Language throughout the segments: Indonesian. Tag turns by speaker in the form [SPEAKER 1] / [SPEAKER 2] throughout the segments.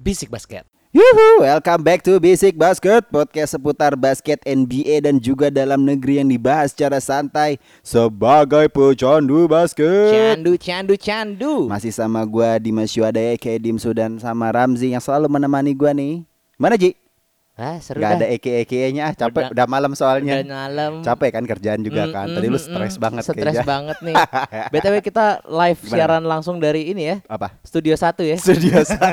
[SPEAKER 1] Bisik Basket.
[SPEAKER 2] Yuhu, welcome back to Basic Basket, podcast seputar basket NBA dan juga dalam negeri yang dibahas secara santai sebagai pecandu basket.
[SPEAKER 1] Candu, candu, candu.
[SPEAKER 2] Masih sama gua Dimas Yuadaya, kayak Dimsu dan sama Ramzi yang selalu menemani gua nih. Mana Ji?
[SPEAKER 1] Ah, seru
[SPEAKER 2] Gak ada
[SPEAKER 1] dah.
[SPEAKER 2] eke-ekenya, ah, capek udah,
[SPEAKER 1] Udah-
[SPEAKER 2] malam
[SPEAKER 1] Udah
[SPEAKER 2] soalnya.
[SPEAKER 1] malam.
[SPEAKER 2] Capek kan kerjaan juga
[SPEAKER 1] Mm,
[SPEAKER 2] kan.
[SPEAKER 1] mm,
[SPEAKER 2] Tadi lu
[SPEAKER 1] mm,
[SPEAKER 2] stres
[SPEAKER 1] mm.
[SPEAKER 2] banget
[SPEAKER 1] Stres
[SPEAKER 2] kayaknya.
[SPEAKER 1] banget nih. BTW kita live
[SPEAKER 2] Gimana?
[SPEAKER 1] siaran langsung dari ini ya.
[SPEAKER 2] Apa?
[SPEAKER 1] Studio 1 ya.
[SPEAKER 2] Studio satu,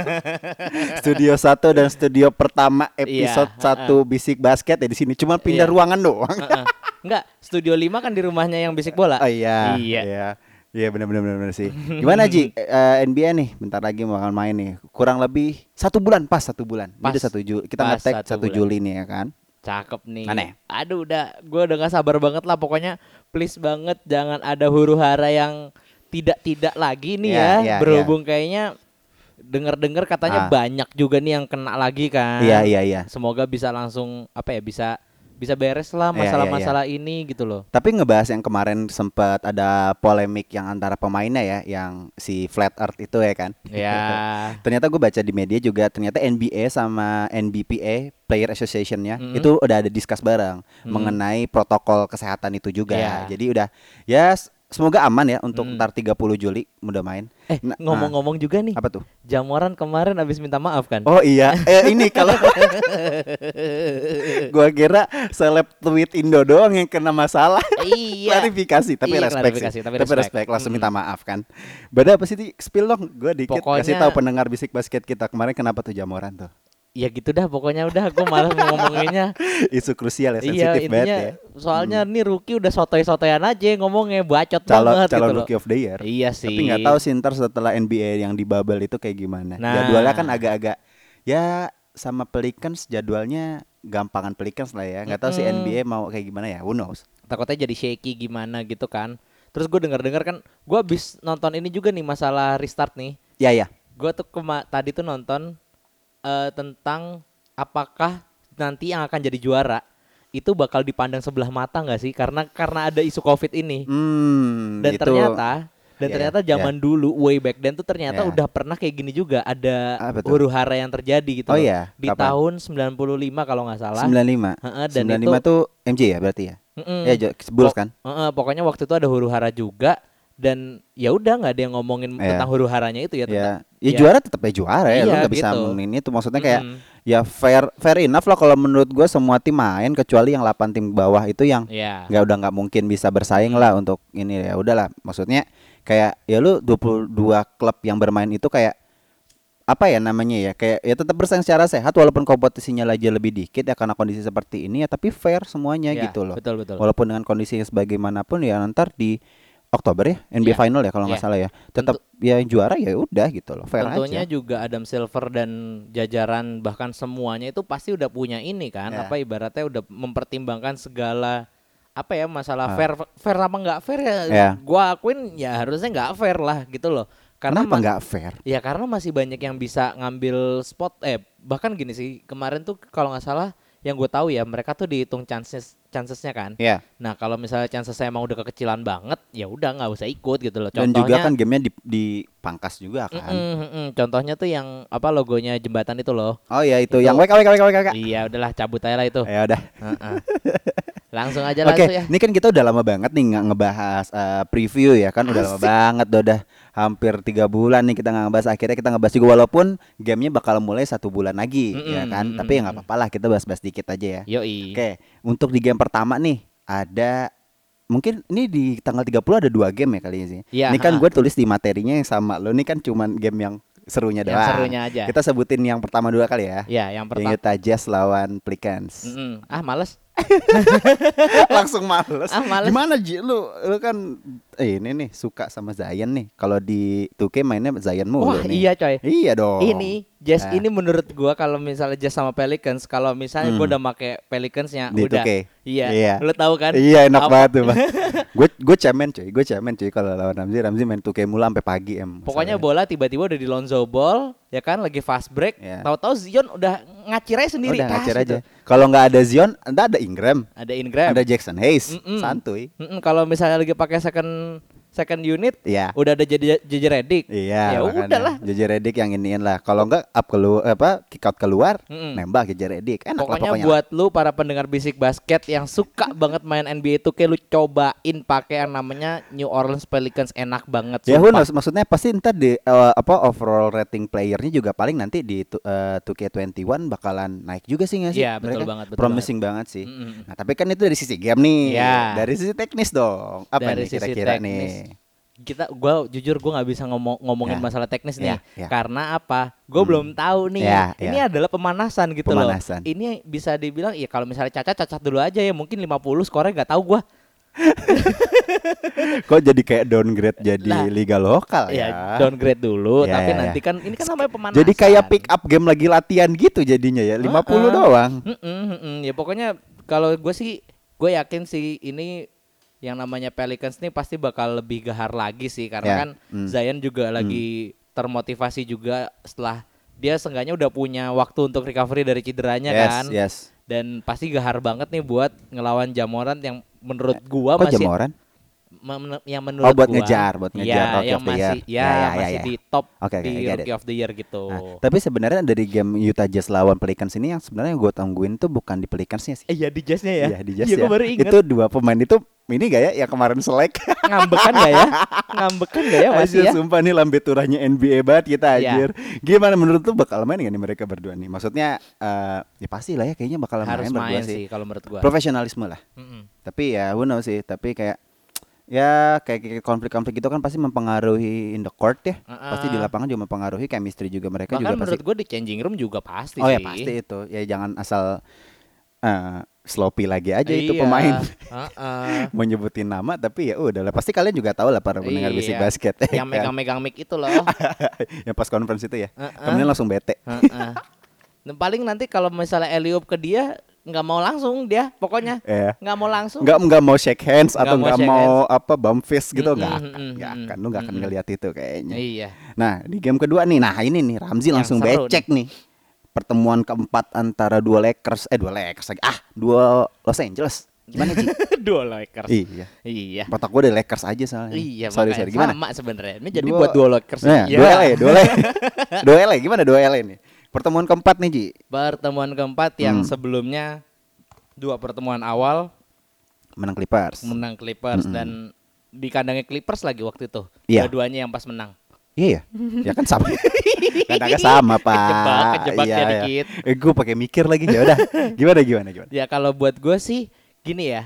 [SPEAKER 2] studio satu dan studio pertama episode
[SPEAKER 1] Iya,
[SPEAKER 2] satu bisik basket ya di sini. Cuma pindah
[SPEAKER 1] Iya.
[SPEAKER 2] ruangan doang.
[SPEAKER 1] Heeh. Enggak, Studio 5 kan di rumahnya yang Bisik Bola.
[SPEAKER 2] Oh iya.
[SPEAKER 1] Iya.
[SPEAKER 2] Iya. Iya benar benar benar sih. Gimana Ji? Eh, NBA nih bentar lagi mau akan main nih. Kurang lebih satu bulan pas satu bulan. Ini
[SPEAKER 1] Pas.
[SPEAKER 2] udah satu Juli. Kita
[SPEAKER 1] Pas
[SPEAKER 2] ngetek
[SPEAKER 1] satu
[SPEAKER 2] satu
[SPEAKER 1] bulan.
[SPEAKER 2] Juli nih ya kan.
[SPEAKER 1] Cakep nih.
[SPEAKER 2] Aneh.
[SPEAKER 1] Aduh udah gue udah gak sabar banget lah pokoknya please banget jangan ada huru hara yang tidak-tidak lagi nih
[SPEAKER 2] Ya, ya,
[SPEAKER 1] ya. Berhubung kayaknya dengar-dengar katanya
[SPEAKER 2] Ah.
[SPEAKER 1] banyak juga nih yang kena lagi kan.
[SPEAKER 2] Iya iya iya.
[SPEAKER 1] Semoga bisa langsung apa ya bisa bisa beres lah
[SPEAKER 2] Iya, iya, iya.
[SPEAKER 1] masalah-masalah ini gitu loh.
[SPEAKER 2] Tapi ngebahas yang kemarin sempat ada polemik yang antara pemainnya ya, yang si Flat Earth itu ya kan.
[SPEAKER 1] Ya.
[SPEAKER 2] Ternyata gue baca di media juga ternyata NBA sama NBPA Player Association-nya
[SPEAKER 1] Mm-mm.
[SPEAKER 2] itu udah ada diskus bareng
[SPEAKER 1] Mm.
[SPEAKER 2] mengenai protokol kesehatan itu juga.
[SPEAKER 1] Iya.
[SPEAKER 2] Jadi udah ya s- semoga aman ya untuk
[SPEAKER 1] Mm.
[SPEAKER 2] ntar 30 Juli udah main.
[SPEAKER 1] Eh
[SPEAKER 2] Nah,
[SPEAKER 1] ngomong-ngomong juga nih,
[SPEAKER 2] Apa tuh?
[SPEAKER 1] Jamoran kemarin abis minta maaf kan?
[SPEAKER 2] Oh iya, eh, ini kalau gua kira seleb tweet Indo doang yang kena masalah.
[SPEAKER 1] iya.
[SPEAKER 2] Klarifikasi, tapi
[SPEAKER 1] Iya,
[SPEAKER 2] respect
[SPEAKER 1] klarifikasi,
[SPEAKER 2] sih.
[SPEAKER 1] tapi
[SPEAKER 2] Tapi,
[SPEAKER 1] respect.
[SPEAKER 2] respect. langsung
[SPEAKER 1] Mm-mm.
[SPEAKER 2] minta maaf kan. Beda apa sih Ti? spill dong gua dikit kasih
[SPEAKER 1] Pokoknya-
[SPEAKER 2] tahu pendengar bisik basket kita kemarin kenapa tuh Jamoran tuh.
[SPEAKER 1] Ya gitu dah pokoknya udah gue malas mau ngomonginnya.
[SPEAKER 2] Isu
[SPEAKER 1] Iya
[SPEAKER 2] krusial ya, sensitif banget
[SPEAKER 1] intinya
[SPEAKER 2] ya.
[SPEAKER 1] soalnya nih Ruki udah sotoy-sotoyan aja ngomongnya bacot
[SPEAKER 2] Calon
[SPEAKER 1] banget
[SPEAKER 2] calon
[SPEAKER 1] gitu loh.
[SPEAKER 2] rookie of the year.
[SPEAKER 1] Iya sih.
[SPEAKER 2] Tapi nggak tahu sih ntar setelah NBA yang di bubble itu kayak gimana.
[SPEAKER 1] Nah.
[SPEAKER 2] Jadwalnya kan agak-agak ya sama Pelicans jadwalnya gampangan Pelicans lah ya. Nggak tahu sih
[SPEAKER 1] Mm-mm.
[SPEAKER 2] NBA mau kayak gimana ya. Who knows.
[SPEAKER 1] Takutnya jadi shaky gimana gitu kan. Terus gue denger-dengar kan gue abis nonton ini juga nih masalah restart nih.
[SPEAKER 2] Ya ya.
[SPEAKER 1] Gue tuh kema- tadi tuh nonton eh, tentang apakah nanti yang akan jadi juara itu bakal dipandang sebelah mata nggak sih? Karena karena ada isu covid ini.
[SPEAKER 2] Hmm,
[SPEAKER 1] dan
[SPEAKER 2] itu
[SPEAKER 1] ternyata dan
[SPEAKER 2] Ya,
[SPEAKER 1] ternyata
[SPEAKER 2] ya,
[SPEAKER 1] zaman dulu way back then tuh ternyata
[SPEAKER 2] Ya.
[SPEAKER 1] udah pernah kayak gini juga ada
[SPEAKER 2] Apa tuh?
[SPEAKER 1] huru hara yang terjadi gitu
[SPEAKER 2] Ah, Oh
[SPEAKER 1] loh.
[SPEAKER 2] iya,
[SPEAKER 1] di
[SPEAKER 2] kapan?
[SPEAKER 1] tahun 95 kalau nggak salah
[SPEAKER 2] 95.
[SPEAKER 1] Heeh, dan
[SPEAKER 2] 95
[SPEAKER 1] itu Mm. Oh,
[SPEAKER 2] tuh MJ ya berarti ya.
[SPEAKER 1] Mm-mm.
[SPEAKER 2] Ya Jo- Bulls kan.
[SPEAKER 1] Heeh, pokoknya waktu itu ada huru hara juga dan ya udah nggak ada yang ngomongin
[SPEAKER 2] Ya.
[SPEAKER 1] tentang huru haranya itu ya tentang
[SPEAKER 2] Ya. Ya,
[SPEAKER 1] ya.
[SPEAKER 2] juara tetap ya juara ya. Lu
[SPEAKER 1] Iya,
[SPEAKER 2] nggak bisa
[SPEAKER 1] gitu.
[SPEAKER 2] ini tuh maksudnya kayak
[SPEAKER 1] Mm-mm.
[SPEAKER 2] ya fair fair enough lah kalau menurut gua semua tim main kecuali yang 8 tim bawah itu yang
[SPEAKER 1] ya
[SPEAKER 2] nggak udah nggak mungkin bisa bersaing lah untuk ini ya udahlah maksudnya kayak ya lu 22 klub yang bermain itu kayak apa ya namanya ya kayak ya tetap bersaing secara sehat walaupun kompetisinya aja lebih dikit ya karena kondisi seperti ini ya tapi fair semuanya
[SPEAKER 1] Ya,
[SPEAKER 2] gitu loh
[SPEAKER 1] betul betul
[SPEAKER 2] walaupun dengan kondisi yang sebagaimanapun ya ntar di Oktober ya
[SPEAKER 1] Ya,
[SPEAKER 2] NBA final ya kalau nggak
[SPEAKER 1] ya.
[SPEAKER 2] salah ya tetap ya yang juara ya udah gitu loh fair
[SPEAKER 1] tentunya
[SPEAKER 2] aja
[SPEAKER 1] juga Adam Silver dan jajaran bahkan semuanya itu pasti udah punya ini kan
[SPEAKER 2] Ya.
[SPEAKER 1] apa ibaratnya udah mempertimbangkan segala apa ya masalah
[SPEAKER 2] Ah.
[SPEAKER 1] fair fair apa nggak fair ya
[SPEAKER 2] Ya.
[SPEAKER 1] gua akuin ya harusnya nggak fair lah gitu loh karena
[SPEAKER 2] kenapa
[SPEAKER 1] ma-
[SPEAKER 2] nggak fair
[SPEAKER 1] ya karena masih banyak yang bisa ngambil spot eh bahkan gini sih kemarin tuh kalau nggak salah yang gue tahu ya mereka tuh dihitung chances chancesnya kan
[SPEAKER 2] ya
[SPEAKER 1] nah kalau misalnya chances saya emang udah kekecilan banget ya udah nggak usah ikut gitu loh
[SPEAKER 2] dan
[SPEAKER 1] contohnya
[SPEAKER 2] juga kan gamenya di- dipangkas juga kan
[SPEAKER 1] Mm-mm, mm-mm. Contohnya tuh yang apa logonya jembatan itu loh.
[SPEAKER 2] oh ya itu,
[SPEAKER 1] Itu-
[SPEAKER 2] yang wake wake wake wake wake.
[SPEAKER 1] Iya, udahlah cabut aja lah itu.
[SPEAKER 2] ya udah
[SPEAKER 1] Heeh. Langsung aja
[SPEAKER 2] Oke,
[SPEAKER 1] langsung ya.
[SPEAKER 2] ini kan kita udah lama banget nih nggak ngebahas eh, preview ya kan udah lama banget udah, udah hampir tiga bulan nih kita nggak ngebahas akhirnya kita ngebahas juga walaupun gamenya bakal mulai satu bulan lagi
[SPEAKER 1] Mm-mm,
[SPEAKER 2] ya kan
[SPEAKER 1] mm-mm, Iya.
[SPEAKER 2] tapi ya nggak apa-apa lah kita bahas-bahas dikit aja ya.
[SPEAKER 1] Yoi.
[SPEAKER 2] Oke, untuk di game pertama nih ada mungkin ini di tanggal 30 ada dua game ya kali ini sih.
[SPEAKER 1] Iya,
[SPEAKER 2] ini kan
[SPEAKER 1] ha-ha.
[SPEAKER 2] gue tulis di materinya yang sama lo ini kan cuman game yang serunya
[SPEAKER 1] Yang
[SPEAKER 2] doang.
[SPEAKER 1] serunya aja.
[SPEAKER 2] Kita sebutin yang pertama dua kali ya.
[SPEAKER 1] Ya, yang
[SPEAKER 2] Yang
[SPEAKER 1] pertama.
[SPEAKER 2] Utah Jazz lawan Pelicans.
[SPEAKER 1] Mm-mm. Ah, males.
[SPEAKER 2] langsung males.
[SPEAKER 1] Ah, males.
[SPEAKER 2] Gimana Ji lu lu kan eh, ini nih suka sama Zion nih. Kalau di 2K mainnya Zion mulu
[SPEAKER 1] Wah,
[SPEAKER 2] nih.
[SPEAKER 1] iya coy.
[SPEAKER 2] Iya dong.
[SPEAKER 1] Ini Jazz
[SPEAKER 2] Ah.
[SPEAKER 1] ini menurut gua kalau misalnya Jazz sama Pelicans, kalau misalnya gua
[SPEAKER 2] Hmm.
[SPEAKER 1] udah make Pelicansnya
[SPEAKER 2] di
[SPEAKER 1] udah.
[SPEAKER 2] 2K.
[SPEAKER 1] Iya.
[SPEAKER 2] Iya.
[SPEAKER 1] Lu tahu kan?
[SPEAKER 2] Iya enak
[SPEAKER 1] Apa-
[SPEAKER 2] banget tuh bang. gue gue cemen cuy, gue cemen cuy kalau lawan Ramzi Ramzi main 2K mulu sampai pagi em.
[SPEAKER 1] Pokoknya
[SPEAKER 2] masalahnya.
[SPEAKER 1] bola tiba-tiba udah di Lonzo Ball, ya kan lagi fast break.
[SPEAKER 2] Iya.
[SPEAKER 1] Tahu-tahu Zion udah ngacir aja sendiri.
[SPEAKER 2] udah
[SPEAKER 1] Tas
[SPEAKER 2] ngacir
[SPEAKER 1] gitu.
[SPEAKER 2] aja. Kalau nggak ada Zion, ada ada Ingram,
[SPEAKER 1] Ada Ingram.
[SPEAKER 2] ada Jackson Hayes,
[SPEAKER 1] Mm-mm.
[SPEAKER 2] santuy.
[SPEAKER 1] Mm-mm, kalau misalnya lagi pakai second second unit
[SPEAKER 2] Iya.
[SPEAKER 1] udah ada jadi JJ Redick.
[SPEAKER 2] Iya,
[SPEAKER 1] Ya
[SPEAKER 2] makanya.
[SPEAKER 1] udahlah.
[SPEAKER 2] JJ Redick yang iniin lah. Kalau enggak up keluar apa kick out keluar,
[SPEAKER 1] Mm-mm.
[SPEAKER 2] nembak JJ Redick. Enak
[SPEAKER 1] Pokoknya,
[SPEAKER 2] lah pokoknya.
[SPEAKER 1] buat lu para pendengar bisik basket yang suka banget main NBA itu kayak lu cobain pakai yang namanya New Orleans Pelicans enak banget.
[SPEAKER 2] Ya who
[SPEAKER 1] sumpah.
[SPEAKER 2] knows, maksudnya pasti ntar di eh, apa overall rating playernya juga paling nanti di tu- eh, 2K21 bakalan naik juga sih nggak sih?
[SPEAKER 1] Iya, betul
[SPEAKER 2] Mereka
[SPEAKER 1] banget, betul
[SPEAKER 2] promising banget, sih.
[SPEAKER 1] Mm-mm.
[SPEAKER 2] Nah tapi kan itu dari sisi game nih,
[SPEAKER 1] Iya.
[SPEAKER 2] dari sisi teknis dong. Apa
[SPEAKER 1] Dari
[SPEAKER 2] nih
[SPEAKER 1] sisi
[SPEAKER 2] kira-kira
[SPEAKER 1] teknis.
[SPEAKER 2] nih?
[SPEAKER 1] kita gua jujur gua nggak bisa ngomong ngomongin
[SPEAKER 2] Ya.
[SPEAKER 1] masalah teknis nih
[SPEAKER 2] Ya, ya.
[SPEAKER 1] karena apa gua
[SPEAKER 2] Hmm.
[SPEAKER 1] belum tahu nih
[SPEAKER 2] Ya,
[SPEAKER 1] ini
[SPEAKER 2] ya.
[SPEAKER 1] adalah pemanasan gitu
[SPEAKER 2] Pemanasan.
[SPEAKER 1] loh ini bisa dibilang ya kalau misalnya cacat cacat dulu aja ya mungkin 50 skornya nggak tahu gua
[SPEAKER 2] Kok jadi kayak downgrade jadi
[SPEAKER 1] Eh, Lah.
[SPEAKER 2] liga lokal ya?
[SPEAKER 1] ya downgrade dulu
[SPEAKER 2] Ya,
[SPEAKER 1] tapi
[SPEAKER 2] ya, ya.
[SPEAKER 1] nanti kan ini kan namanya pemanasan
[SPEAKER 2] Jadi kayak pick up game lagi latihan gitu jadinya ya, 50
[SPEAKER 1] Heeh.
[SPEAKER 2] doang.
[SPEAKER 1] Mm-mm, mm-mm. ya pokoknya kalau gue sih gue yakin sih ini yang namanya Pelicans nih pasti bakal lebih gahar lagi sih karena
[SPEAKER 2] Ya,
[SPEAKER 1] kan
[SPEAKER 2] mm.
[SPEAKER 1] Zion juga lagi termotivasi juga setelah dia seenggaknya udah punya waktu untuk recovery dari cederanya
[SPEAKER 2] yes,
[SPEAKER 1] kan
[SPEAKER 2] yes.
[SPEAKER 1] dan pasti gahar banget nih buat ngelawan Jamorant yang menurut gua
[SPEAKER 2] Kok
[SPEAKER 1] Oh, masih
[SPEAKER 2] Jamoran? Oh,
[SPEAKER 1] men- yang menurut
[SPEAKER 2] buat
[SPEAKER 1] gua-
[SPEAKER 2] ngejar, buat
[SPEAKER 1] Iya,
[SPEAKER 2] ngejar
[SPEAKER 1] yang
[SPEAKER 2] Rookie of the Year.
[SPEAKER 1] masih ya,
[SPEAKER 2] Ya, ya, ya,
[SPEAKER 1] masih
[SPEAKER 2] ya.
[SPEAKER 1] di top
[SPEAKER 2] Oke, oke,
[SPEAKER 1] di
[SPEAKER 2] I get it.
[SPEAKER 1] Rookie of the Year gitu
[SPEAKER 2] Nah, tapi sebenarnya dari game Utah Jazz lawan Pelicans ini yang sebenarnya gue tungguin tuh bukan di Pelicansnya sih.
[SPEAKER 1] Eh, Iya di jazznya ya.
[SPEAKER 2] Iya di Jazz
[SPEAKER 1] Iya,
[SPEAKER 2] ya.
[SPEAKER 1] gua baru inget.
[SPEAKER 2] Itu dua pemain itu ini gak ya yang kemarin selek.
[SPEAKER 1] ngambekan gak ya? Ngambekan gak ya masih
[SPEAKER 2] Anjir,
[SPEAKER 1] ya?
[SPEAKER 2] Sumpah nih lambe turahnya NBA banget kita
[SPEAKER 1] Iya.
[SPEAKER 2] anjir. Gimana menurut tuh bakal main gak nih mereka berdua nih? Maksudnya eh ya pasti lah ya kayaknya bakal
[SPEAKER 1] Harus
[SPEAKER 2] main,
[SPEAKER 1] main
[SPEAKER 2] berdua
[SPEAKER 1] sih
[SPEAKER 2] sih.
[SPEAKER 1] kalau menurut gua.
[SPEAKER 2] Profesionalisme lah.
[SPEAKER 1] Mm-mm.
[SPEAKER 2] Tapi ya who knows sih, tapi kayak ya kayak kayak konflik-konflik itu kan pasti mempengaruhi in the court ya.
[SPEAKER 1] Heeh.
[SPEAKER 2] Pasti di lapangan juga mempengaruhi chemistry juga mereka
[SPEAKER 1] Bahkan
[SPEAKER 2] Kan juga pasti
[SPEAKER 1] menurut gua di changing room juga pasti
[SPEAKER 2] Oh
[SPEAKER 1] sih.
[SPEAKER 2] ya pasti itu. Ya jangan asal eh sloppy lagi aja itu
[SPEAKER 1] Iya.
[SPEAKER 2] pemain
[SPEAKER 1] Heeh.
[SPEAKER 2] mau nyebutin nama tapi ya udah lah pasti kalian juga tahu lah para pendengar bisik
[SPEAKER 1] Iya.
[SPEAKER 2] basket ya
[SPEAKER 1] Yang
[SPEAKER 2] kan?
[SPEAKER 1] megang-megang mic itu loh.
[SPEAKER 2] yang pas conference itu ya.
[SPEAKER 1] Heeh.
[SPEAKER 2] Kemudian langsung bete.
[SPEAKER 1] Heeh. Dan paling nanti kalau misalnya Eliup ke dia nggak mau langsung dia pokoknya
[SPEAKER 2] Iya.
[SPEAKER 1] nggak mau langsung
[SPEAKER 2] Enggak enggak mau shake hands
[SPEAKER 1] Nggak
[SPEAKER 2] atau
[SPEAKER 1] mau
[SPEAKER 2] enggak
[SPEAKER 1] shake
[SPEAKER 2] mau, apa bump fist gitu
[SPEAKER 1] Mm-mm,
[SPEAKER 2] enggak akan,
[SPEAKER 1] mm-mm,
[SPEAKER 2] enggak
[SPEAKER 1] mm-mm,
[SPEAKER 2] akan lu enggak akan
[SPEAKER 1] mm-mm.
[SPEAKER 2] ngeliat itu kayaknya.
[SPEAKER 1] iya
[SPEAKER 2] Nah, di game kedua nih. Nah, ini nih Ramzi
[SPEAKER 1] Yang
[SPEAKER 2] langsung
[SPEAKER 1] seru
[SPEAKER 2] becek nih. Pertemuan keempat antara dua Lakers eh dua Lakers lagi. Ah, dua Los Angeles. Gimana sih?
[SPEAKER 1] dua Lakers
[SPEAKER 2] iya.
[SPEAKER 1] iya
[SPEAKER 2] Otak gue dari Lakers aja soalnya.
[SPEAKER 1] iya
[SPEAKER 2] sorry,
[SPEAKER 1] makanya
[SPEAKER 2] sorry. Gimana?
[SPEAKER 1] sama sebenarnya ini jadi
[SPEAKER 2] Dua-
[SPEAKER 1] buat dua Lakers
[SPEAKER 2] Nah,
[SPEAKER 1] Iya.
[SPEAKER 2] Dua LA, dua LA. dua LA, E, gimana dua LA nih? Pertemuan keempat nih, Ji.
[SPEAKER 1] pertemuan keempat yang
[SPEAKER 2] Hmm.
[SPEAKER 1] sebelumnya dua pertemuan awal
[SPEAKER 2] Menang Clippers.
[SPEAKER 1] menang Clippers
[SPEAKER 2] Mm-mm.
[SPEAKER 1] dan di kandangnya Clippers lagi waktu itu.
[SPEAKER 2] Hmm. Iya.
[SPEAKER 1] Dua-duanya yang pas menang.
[SPEAKER 2] Iya ya. Ya kan sama. Kadangnya sama, Pak.
[SPEAKER 1] Kejebak, kejebak ya dikit.
[SPEAKER 2] Eh, gue pakai mikir lagi. Ya udah. Gimana gimana gimana?
[SPEAKER 1] Ya kalau buat gue sih gini ya.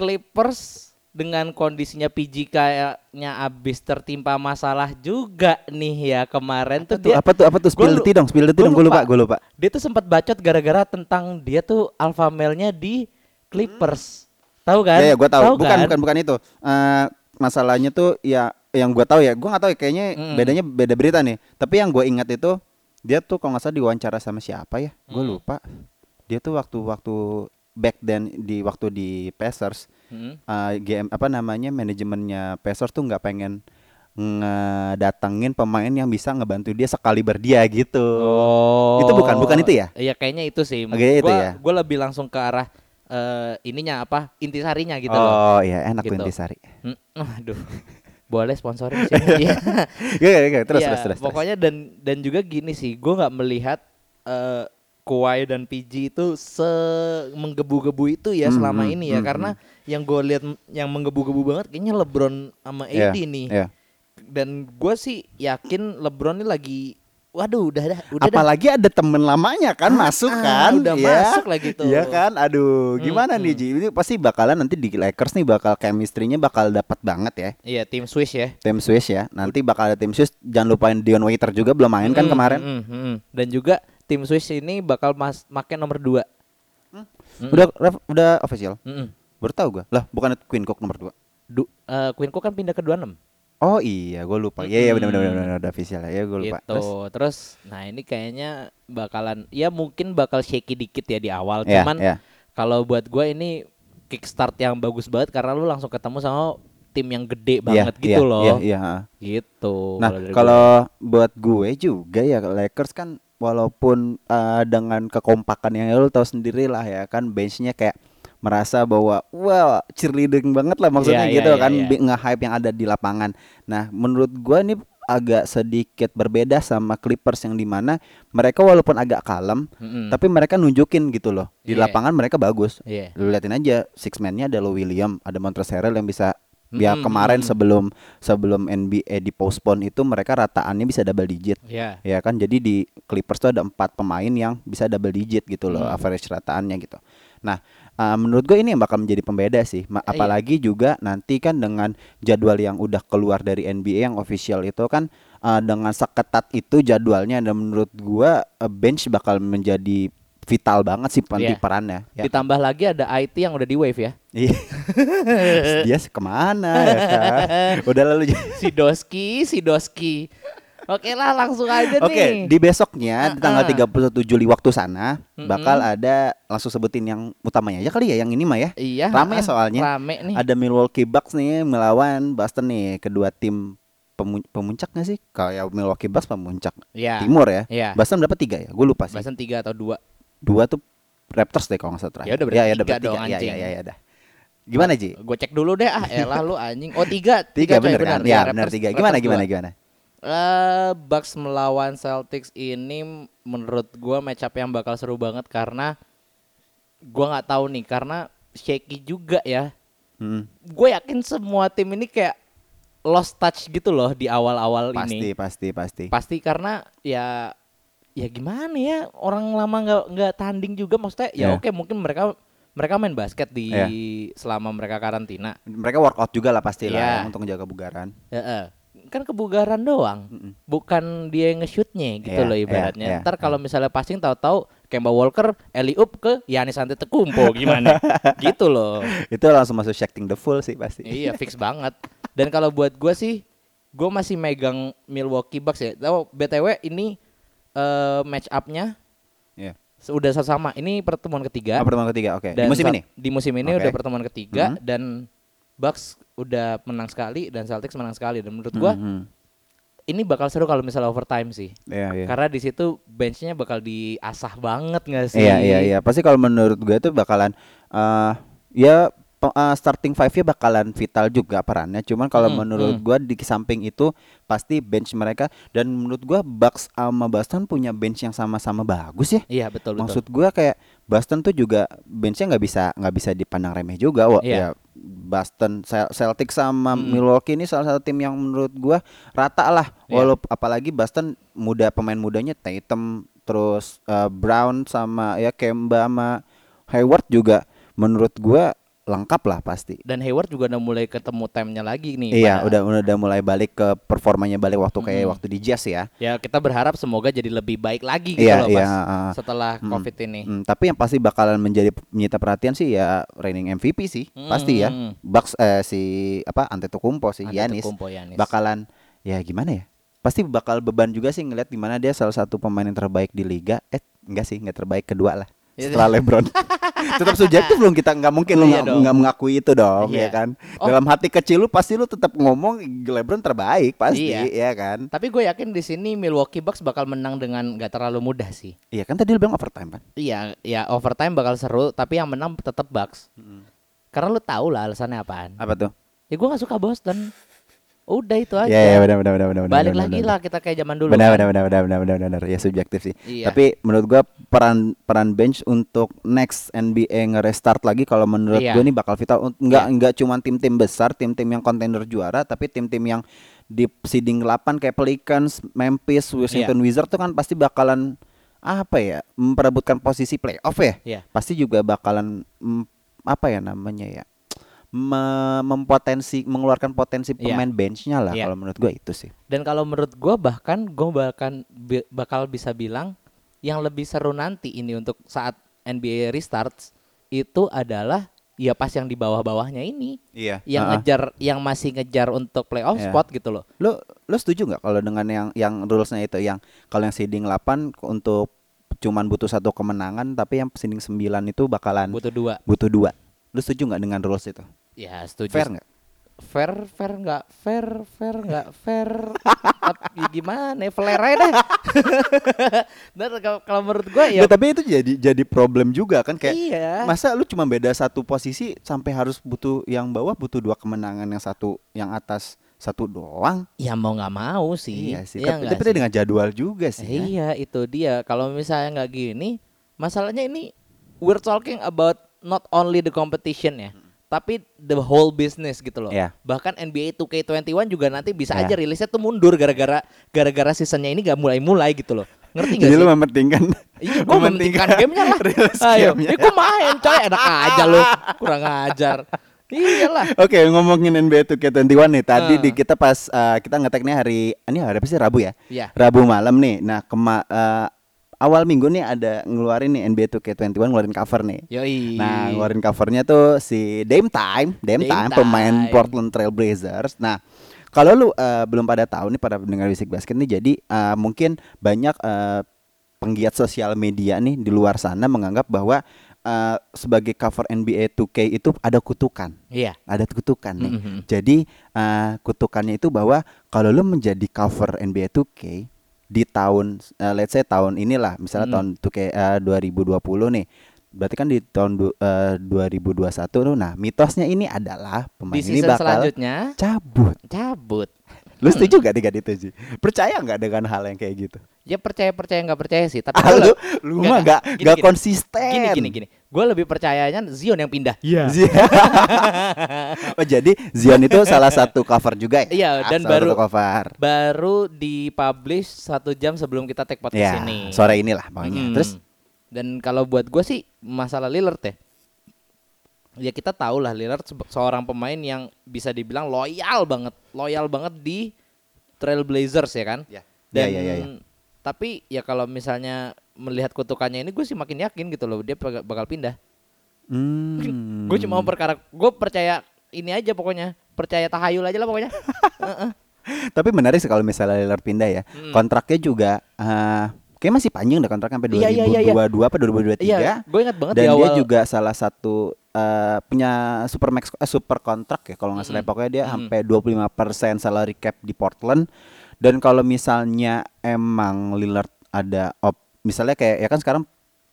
[SPEAKER 1] Clippers dengan kondisinya PG kayaknya abis tertimpa masalah juga nih ya kemarin tuh
[SPEAKER 2] Tuh,
[SPEAKER 1] dia
[SPEAKER 2] apa tuh apa tuh
[SPEAKER 1] Gua
[SPEAKER 2] spill
[SPEAKER 1] lu-
[SPEAKER 2] the tea dong, spill the tea
[SPEAKER 1] gua
[SPEAKER 2] dong. Gue lupa,
[SPEAKER 1] lupa.
[SPEAKER 2] gue lupa.
[SPEAKER 1] dia tuh sempat bacot gara-gara tentang dia tuh alpha male-nya di Clippers. Tahu kan?
[SPEAKER 2] Ya ya, gue tahu. Bukan
[SPEAKER 1] kan?
[SPEAKER 2] bukan bukan itu. Eh, masalahnya tuh ya yang gue tahu ya, gue nggak tahu ya, kayaknya
[SPEAKER 1] Mm-mm.
[SPEAKER 2] bedanya beda berita nih. Tapi yang gue ingat itu dia tuh kalau nggak salah diwawancara sama siapa ya?
[SPEAKER 1] Mm.
[SPEAKER 2] Gue lupa. Dia tuh waktu-waktu back then di waktu di Pacers
[SPEAKER 1] Hmm.
[SPEAKER 2] eh, GM apa namanya manajemennya Pacers tuh nggak pengen ngedatengin pemain yang bisa ngebantu dia sekaliber dia gitu.
[SPEAKER 1] Oh.
[SPEAKER 2] Itu bukan- bukan itu ya?
[SPEAKER 1] Iya kayaknya itu sih.
[SPEAKER 2] Oke, itu
[SPEAKER 1] Gua-
[SPEAKER 2] ya.
[SPEAKER 1] Gua lebih langsung ke arah eh, ininya apa? Intisarinya gitu loh.
[SPEAKER 2] oh iya enak
[SPEAKER 1] Gitu.
[SPEAKER 2] tuh Intisari.
[SPEAKER 1] Hmm, aduh. Boleh sponsorin sih. Iya.
[SPEAKER 2] Iya, iya, iya, terus,
[SPEAKER 1] Iya,
[SPEAKER 2] terus terus terus.
[SPEAKER 1] Pokoknya dan dan juga gini sih, gua nggak melihat eh Kawhi dan PG itu se menggebu-gebu itu ya
[SPEAKER 2] Hmm,
[SPEAKER 1] selama
[SPEAKER 2] hmm,
[SPEAKER 1] ini ya
[SPEAKER 2] hmm,
[SPEAKER 1] karena yang gue lihat m- yang menggebu-gebu banget kayaknya LeBron sama AD
[SPEAKER 2] Iya,
[SPEAKER 1] nih.
[SPEAKER 2] iya.
[SPEAKER 1] Dan gue sih yakin LeBron ini lagi waduh udah dah udah dah
[SPEAKER 2] Apalagi ada temen lamanya kan masuk
[SPEAKER 1] ah,
[SPEAKER 2] kan
[SPEAKER 1] udah
[SPEAKER 2] ya.
[SPEAKER 1] masuk lagi tuh.
[SPEAKER 2] Iya kan Aduh
[SPEAKER 1] Hmm,
[SPEAKER 2] gimana nih
[SPEAKER 1] hmm.
[SPEAKER 2] Ji Ini pasti bakalan nanti di Lakers nih bakal chemistry-nya bakal dapat banget ya
[SPEAKER 1] Iya tim Swiss ya.
[SPEAKER 2] Tim Swiss ya Nanti bakal ada tim Swiss Jangan lupain Dion Waiter juga belum main kan
[SPEAKER 1] Mm,
[SPEAKER 2] kemarin
[SPEAKER 1] mm, mm, mm. Dan juga tim Swiss ini bakal mas make nomor 2. Mm.
[SPEAKER 2] Udah ref- udah official Baru tau gue Lah bukan Queen Cook nomor 2
[SPEAKER 1] Du, eh, Queen Cook kan pindah ke 26.
[SPEAKER 2] Oh iya gue lupa Iya iya bener bener
[SPEAKER 1] Mm.
[SPEAKER 2] bener bener, udah official ya Iya gue lupa
[SPEAKER 1] Gitu. Terus? nah ini kayaknya bakalan ya mungkin bakal shaky dikit ya di awal.
[SPEAKER 2] Iya,
[SPEAKER 1] Cuman
[SPEAKER 2] iya.
[SPEAKER 1] kalau buat gua ini kickstart yang bagus banget karena lu langsung ketemu sama tim yang gede
[SPEAKER 2] Iya,
[SPEAKER 1] banget gitu
[SPEAKER 2] iya,
[SPEAKER 1] loh.
[SPEAKER 2] Iya iya ha.
[SPEAKER 1] Gitu.
[SPEAKER 2] Nah,
[SPEAKER 1] dari
[SPEAKER 2] kalau buat gue juga ya Lakers kan walaupun eh, dengan kekompakan yang ya, lo tahu sendiri lah ya kan benchnya kayak merasa bahwa wah cheerleading banget lah maksudnya
[SPEAKER 1] Iya, iya,
[SPEAKER 2] gitu
[SPEAKER 1] iya,
[SPEAKER 2] kan
[SPEAKER 1] iya.
[SPEAKER 2] bi- nge-hype yang ada di lapangan. Nah, menurut gua ini agak sedikit berbeda sama Clippers yang dimana mereka walaupun agak kalem
[SPEAKER 1] Mm-mm.
[SPEAKER 2] tapi mereka nunjukin gitu loh di
[SPEAKER 1] Hmm. Iya.
[SPEAKER 2] lapangan mereka bagus
[SPEAKER 1] Iya.
[SPEAKER 2] lu liatin aja six man-nya ada Lou William, ada Montrezl Harrell yang bisa ya
[SPEAKER 1] Mm-mm,
[SPEAKER 2] kemarin
[SPEAKER 1] mm-mm.
[SPEAKER 2] sebelum sebelum NBA di postpone itu mereka rataannya bisa double digit.
[SPEAKER 1] Iya.
[SPEAKER 2] Ya kan jadi di Clippers tuh ada empat pemain yang bisa double digit gitu loh
[SPEAKER 1] Mm.
[SPEAKER 2] average rataannya gitu. Nah, eh, menurut gue ini yang bakal menjadi pembeda sih. Ma-
[SPEAKER 1] Iya.
[SPEAKER 2] Apalagi juga nanti kan dengan jadwal yang udah keluar dari NBA yang official itu kan eh, dengan seketat itu jadwalnya dan menurut gua eh, bench bakal menjadi vital banget sih
[SPEAKER 1] Iya.
[SPEAKER 2] nanti perannya. Ya
[SPEAKER 1] Ditambah lagi ada IT yang udah di wave ya.
[SPEAKER 2] Iya. dia se- kemana ya kan? Udah lalu. j-
[SPEAKER 1] Si Doski, si Doski. Oke lah langsung aja
[SPEAKER 2] Oke,
[SPEAKER 1] nih.
[SPEAKER 2] di besoknya di tanggal
[SPEAKER 1] Ah-ah.
[SPEAKER 2] 31 Juli waktu sana
[SPEAKER 1] Mm-mm.
[SPEAKER 2] bakal ada langsung sebutin yang utamanya aja kali ya yang ini mah ya.
[SPEAKER 1] Iya.
[SPEAKER 2] Rame
[SPEAKER 1] ah,
[SPEAKER 2] soalnya.
[SPEAKER 1] Rame nih.
[SPEAKER 2] Ada Milwaukee Bucks nih melawan Boston nih, kedua tim pemu- pemuncak nggak sih? Kayak Milwaukee Bucks pemuncak
[SPEAKER 1] Iya.
[SPEAKER 2] timur ya.
[SPEAKER 1] Iya.
[SPEAKER 2] Boston berapa tiga ya? Gue lupa sih.
[SPEAKER 1] Bahasan tiga atau dua.
[SPEAKER 2] Dua tuh Raptors deh kalau nggak salah.
[SPEAKER 1] Ya udah berarti
[SPEAKER 2] ya, ya, udah
[SPEAKER 1] tiga
[SPEAKER 2] berarti
[SPEAKER 1] dong,
[SPEAKER 2] tiga. Ya, ya,
[SPEAKER 1] anjing.
[SPEAKER 2] ya, ya, dah. Gimana Ji?
[SPEAKER 1] Gue cek dulu deh ah elah lu anjing. Oh tiga,
[SPEAKER 2] Tiga,
[SPEAKER 1] coy,
[SPEAKER 2] bener, kan?
[SPEAKER 1] Ya,
[SPEAKER 2] Ya, bener
[SPEAKER 1] Raptors-
[SPEAKER 2] tiga. Gimana
[SPEAKER 1] Raptors
[SPEAKER 2] gimana
[SPEAKER 1] dua.
[SPEAKER 2] gimana?
[SPEAKER 1] Eh, Bucks melawan Celtics ini menurut gua match up yang bakal seru banget karena gua nggak tahu nih karena shaky juga ya.
[SPEAKER 2] Hmm.
[SPEAKER 1] Gue yakin semua tim ini kayak lost touch gitu loh di awal-awal
[SPEAKER 2] pasti,
[SPEAKER 1] ini.
[SPEAKER 2] Pasti, pasti,
[SPEAKER 1] Pasti karena ya ya gimana ya orang lama nggak nggak tanding juga maksudnya ya
[SPEAKER 2] Iya.
[SPEAKER 1] oke mungkin mereka mereka main basket di
[SPEAKER 2] Iya.
[SPEAKER 1] selama mereka karantina.
[SPEAKER 2] Mereka workout juga lah pasti lah
[SPEAKER 1] Iya.
[SPEAKER 2] untuk menjaga bugaran.
[SPEAKER 1] Heeh. Kan kebugaran doang.
[SPEAKER 2] Mm-mm.
[SPEAKER 1] bukan dia yang nge-shootnya gitu
[SPEAKER 2] Iya,
[SPEAKER 1] loh
[SPEAKER 2] iya,
[SPEAKER 1] ibaratnya.
[SPEAKER 2] iya,
[SPEAKER 1] Ntar kalau misalnya passing tahu-tahu Kemba Walker Eliup ke Yanis Antetokounmpo gimana? gitu loh.
[SPEAKER 2] Itu langsung masuk shacking the full sih pasti.
[SPEAKER 1] Iya, fix banget. Dan kalau buat gua sih gua masih megang Milwaukee Bucks ya. Tahu BTW ini eh, match up-nya
[SPEAKER 2] Iya.
[SPEAKER 1] sudah sama. Ini pertemuan ketiga.
[SPEAKER 2] Oh, pertemuan ketiga, oke. Di musim
[SPEAKER 1] Celt-
[SPEAKER 2] ini.
[SPEAKER 1] Di musim ini
[SPEAKER 2] Oke.
[SPEAKER 1] udah pertemuan ketiga
[SPEAKER 2] Mhm.
[SPEAKER 1] dan Bucks udah menang sekali dan Celtics menang sekali dan menurut gua
[SPEAKER 2] Mhm.
[SPEAKER 1] ini bakal seru kalau misalnya overtime sih.
[SPEAKER 2] Iya, iya.
[SPEAKER 1] Karena di situ benchnya bakal diasah banget nggak sih?
[SPEAKER 2] Iya, iya, iya. Pasti kalau menurut gue itu bakalan eh ya pe- eh, starting five-nya bakalan vital juga perannya. Cuman kalau
[SPEAKER 1] Hmm,
[SPEAKER 2] menurut
[SPEAKER 1] hmm.
[SPEAKER 2] gua di samping itu pasti bench mereka dan menurut gua Bucks sama Boston punya bench yang sama-sama bagus ya.
[SPEAKER 1] Iya, betul betul.
[SPEAKER 2] Maksud gua kayak Boston tuh juga benchnya nggak bisa nggak bisa dipandang remeh juga, Wak.
[SPEAKER 1] Iya. Hmm.
[SPEAKER 2] Ya Boston, Cel- Celtic sama
[SPEAKER 1] Mm-mm.
[SPEAKER 2] Milwaukee ini salah satu tim yang menurut gua rata lah.
[SPEAKER 1] Iya.
[SPEAKER 2] Walaupun apalagi Boston muda pemain mudanya Tatum terus eh, Brown sama ya Kemba sama Hayward juga menurut gua lengkap lah pasti.
[SPEAKER 1] Dan Hayward juga udah mulai ketemu time-nya lagi nih.
[SPEAKER 2] Iya,
[SPEAKER 1] Pak.
[SPEAKER 2] udah udah mulai balik ke performanya balik waktu kayak
[SPEAKER 1] Mm-mm.
[SPEAKER 2] waktu di Jazz ya.
[SPEAKER 1] Ya kita berharap semoga jadi lebih baik lagi gitu
[SPEAKER 2] Iya,
[SPEAKER 1] loh
[SPEAKER 2] iya,
[SPEAKER 1] pas
[SPEAKER 2] heeh.
[SPEAKER 1] setelah
[SPEAKER 2] Mm-mm.
[SPEAKER 1] Covid ini.
[SPEAKER 2] Mm, tapi yang pasti bakalan menjadi menyita perhatian sih ya reigning MVP sih, pasti ya.
[SPEAKER 1] Hmm.
[SPEAKER 2] Bucks eh, si apa Antetokounmpo sih, Yanis
[SPEAKER 1] Antetokounmpo, Yanis.
[SPEAKER 2] bakalan ya gimana ya? Pasti bakal beban juga sih ngelihat gimana dia salah satu pemain yang terbaik di liga. Eh enggak sih, enggak terbaik kedua lah.
[SPEAKER 1] Iya.
[SPEAKER 2] Setelah LeBron. tetap subjektif dong kita nggak mungkin lu
[SPEAKER 1] Iya
[SPEAKER 2] nggak-
[SPEAKER 1] dong.
[SPEAKER 2] nggak mengakui itu dong
[SPEAKER 1] Iya.
[SPEAKER 2] ya kan
[SPEAKER 1] Oh.
[SPEAKER 2] dalam hati kecil lu pasti lu tetap ngomong LeBron terbaik pasti
[SPEAKER 1] Iya.
[SPEAKER 2] ya kan
[SPEAKER 1] Tapi gue yakin di sini Milwaukee Bucks bakal menang dengan nggak terlalu mudah sih.
[SPEAKER 2] iya kan tadi lu bilang overtime kan
[SPEAKER 1] Iya, ya overtime bakal seru, tapi yang menang tetap Bucks.
[SPEAKER 2] Hmm.
[SPEAKER 1] Karena lu tahu lah alasannya apaan.
[SPEAKER 2] apa tuh
[SPEAKER 1] Ya gue nggak suka Boston. Udah itu aja.
[SPEAKER 2] Iya, iya, benar benar benar benar
[SPEAKER 1] Balik
[SPEAKER 2] benar,
[SPEAKER 1] lagi
[SPEAKER 2] benar.
[SPEAKER 1] lah kita kayak zaman dulu. kan.
[SPEAKER 2] benar, benar benar benar benar benar benar ya subjektif sih
[SPEAKER 1] Iya.
[SPEAKER 2] tapi menurut gua peran peran bench untuk next NBA nge-restart lagi kalau menurut
[SPEAKER 1] Iya.
[SPEAKER 2] gua nih bakal vital Un- nggak nggak cuman tim-tim besar tim-tim yang kontender juara tapi tim-tim yang di seeding 8 kayak Pelicans Memphis
[SPEAKER 1] Iya.
[SPEAKER 2] Washington Wizards tuh kan pasti bakalan apa ya memperebutkan posisi playoff ya
[SPEAKER 1] Iya.
[SPEAKER 2] pasti juga bakalan mm, apa ya namanya ya Me- mempotensi mengeluarkan potensi
[SPEAKER 1] Iya.
[SPEAKER 2] pemain benchnya lah
[SPEAKER 1] Iya.
[SPEAKER 2] kalau menurut gua itu sih
[SPEAKER 1] Dan kalau menurut gua bahkan gua bahkan bi- bakal bisa bilang yang lebih seru nanti ini untuk saat NBA restarts itu adalah ya pas yang di bawah-bawahnya ini
[SPEAKER 2] iya
[SPEAKER 1] yang ngejar yang masih ngejar untuk playoff
[SPEAKER 2] Iya.
[SPEAKER 1] spot gitu loh.
[SPEAKER 2] Lo lo setuju nggak kalau dengan yang yang rulesnya itu yang kalau yang seeding 8 k- untuk cuman butuh satu kemenangan tapi yang seeding 9 itu bakalan
[SPEAKER 1] Butuh dua.
[SPEAKER 2] butuh dua. Lo setuju nggak dengan rules itu?
[SPEAKER 1] Ya setuju.
[SPEAKER 2] Fair nggak?
[SPEAKER 1] fair fair nggak fair fair nggak fair tapi gimana ya, fair aja deh Ntar kalau- kalau menurut gue ya
[SPEAKER 2] Nggak, tapi itu jadi jadi problem juga kan kayak
[SPEAKER 1] iya
[SPEAKER 2] masa lu cuma beda satu posisi sampai harus butuh yang bawah butuh dua kemenangan yang satu yang atas satu doang.
[SPEAKER 1] ya mau nggak mau sih
[SPEAKER 2] Iya sih.
[SPEAKER 1] Iya
[SPEAKER 2] tapi
[SPEAKER 1] nggak
[SPEAKER 2] tapi
[SPEAKER 1] sih?
[SPEAKER 2] dengan jadwal juga sih. ya.
[SPEAKER 1] Iya itu dia. Kalau misalnya nggak gini, masalahnya ini we're talking about not only the competition ya, tapi the whole business gitu loh.
[SPEAKER 2] Hmm. Iya.
[SPEAKER 1] Bahkan NBA 2K21 juga nanti bisa
[SPEAKER 2] Iya.
[SPEAKER 1] aja rilisnya tuh mundur gara-gara gara-gara seasonnya ini nggak mulai-mulai gitu loh. Ngerti nggak
[SPEAKER 2] Jadi
[SPEAKER 1] sih?
[SPEAKER 2] lu mementingkan.
[SPEAKER 1] Iya, gue mementingkan gamenya lah.
[SPEAKER 2] rilis
[SPEAKER 1] Ayo,
[SPEAKER 2] gamenya.
[SPEAKER 1] ya gue main coy, enak aja lo, kurang ajar. Iyalah.
[SPEAKER 2] Oke ngomongin NBA 2K21 nih tadi
[SPEAKER 1] Ah.
[SPEAKER 2] di kita pas eh, kita ngeteknya hari ini hari apa sih Rabu ya?
[SPEAKER 1] Iya.
[SPEAKER 2] Rabu malam nih. Nah kema eh, awal minggu nih ada ngeluarin nih NBA 2K21 ngeluarin cover nih.
[SPEAKER 1] Yoi.
[SPEAKER 2] Nah, ngeluarin covernya tuh si Dame Time,
[SPEAKER 1] Iya. Dame
[SPEAKER 2] Dame, Time,
[SPEAKER 1] Time.
[SPEAKER 2] pemain Portland Trail Blazers. Nah, kalau lu eh, belum pada tahu nih pada pendengar Bisik Basket nih, jadi eh, mungkin banyak eh, penggiat sosial media nih di luar sana menganggap bahwa eh, sebagai cover NBA 2K itu ada kutukan.
[SPEAKER 1] Iya.
[SPEAKER 2] Ada kutukan nih.
[SPEAKER 1] Mhm.
[SPEAKER 2] Jadi eh, kutukannya itu bahwa kalau lu menjadi cover NBA 2K di tahun eh, let's say tahun inilah misalnya
[SPEAKER 1] Mm.
[SPEAKER 2] tahun 2K eh, 2020 nih. Berarti kan di tahun du- eh, 2021 tuh nah mitosnya ini adalah pemain
[SPEAKER 1] Di
[SPEAKER 2] Nah, ini
[SPEAKER 1] season Mm-hmm.
[SPEAKER 2] bakal
[SPEAKER 1] selanjutnya
[SPEAKER 2] cabut.
[SPEAKER 1] cabut.
[SPEAKER 2] Lu setuju gak dengan itu sih? Percaya nggak dengan hal yang kayak gitu?
[SPEAKER 1] Ya percaya percaya nggak percaya sih, tapi gua
[SPEAKER 2] Ah, lu
[SPEAKER 1] le-
[SPEAKER 2] lu
[SPEAKER 1] Nggak, nggak.
[SPEAKER 2] mah nggak
[SPEAKER 1] Gini,
[SPEAKER 2] nggak
[SPEAKER 1] gini.
[SPEAKER 2] konsisten.
[SPEAKER 1] gini gini gini. Gue lebih percayanya Zion yang pindah. Iya.
[SPEAKER 2] oh, jadi Zion itu salah satu cover juga ya?
[SPEAKER 1] Iya, dan
[SPEAKER 2] salah
[SPEAKER 1] baru-
[SPEAKER 2] satu cover.
[SPEAKER 1] Baru dipublish satu jam sebelum kita take podcast
[SPEAKER 2] Ya,
[SPEAKER 1] ini.
[SPEAKER 2] sore inilah
[SPEAKER 1] Mm.
[SPEAKER 2] pokoknya. Terus
[SPEAKER 1] dan kalau buat gue sih masalah Lillard ya. Ya kita tahu lah Lillard sebe- seorang pemain yang bisa dibilang loyal banget, loyal banget di Trailblazers ya kan.
[SPEAKER 2] Ya.
[SPEAKER 1] Dan
[SPEAKER 2] Ya, ya, ya, ya.
[SPEAKER 1] tapi ya kalau misalnya melihat kutukannya ini gue sih makin yakin gitu loh dia bak- bakal pindah.
[SPEAKER 2] Hmm.
[SPEAKER 1] Gue cuma perkara gue percaya ini aja pokoknya percaya tahayul aja lah pokoknya.
[SPEAKER 2] Tapi menarik sih kalau misalnya Lillard pindah ya.
[SPEAKER 1] Mm.
[SPEAKER 2] Kontraknya juga eh kayak masih panjang deh kontraknya sampai
[SPEAKER 1] Iya, iya, iya, iya.
[SPEAKER 2] 2022 apa 2023.
[SPEAKER 1] Iya, gue ingat banget
[SPEAKER 2] Dan
[SPEAKER 1] di
[SPEAKER 2] dia
[SPEAKER 1] awal.
[SPEAKER 2] juga salah satu eh, punya super max eh, super kontrak ya kalau nggak salah pokoknya dia sampai 25% salary cap di Portland. Dan kalau misalnya emang Lillard ada op misalnya kayak ya kan sekarang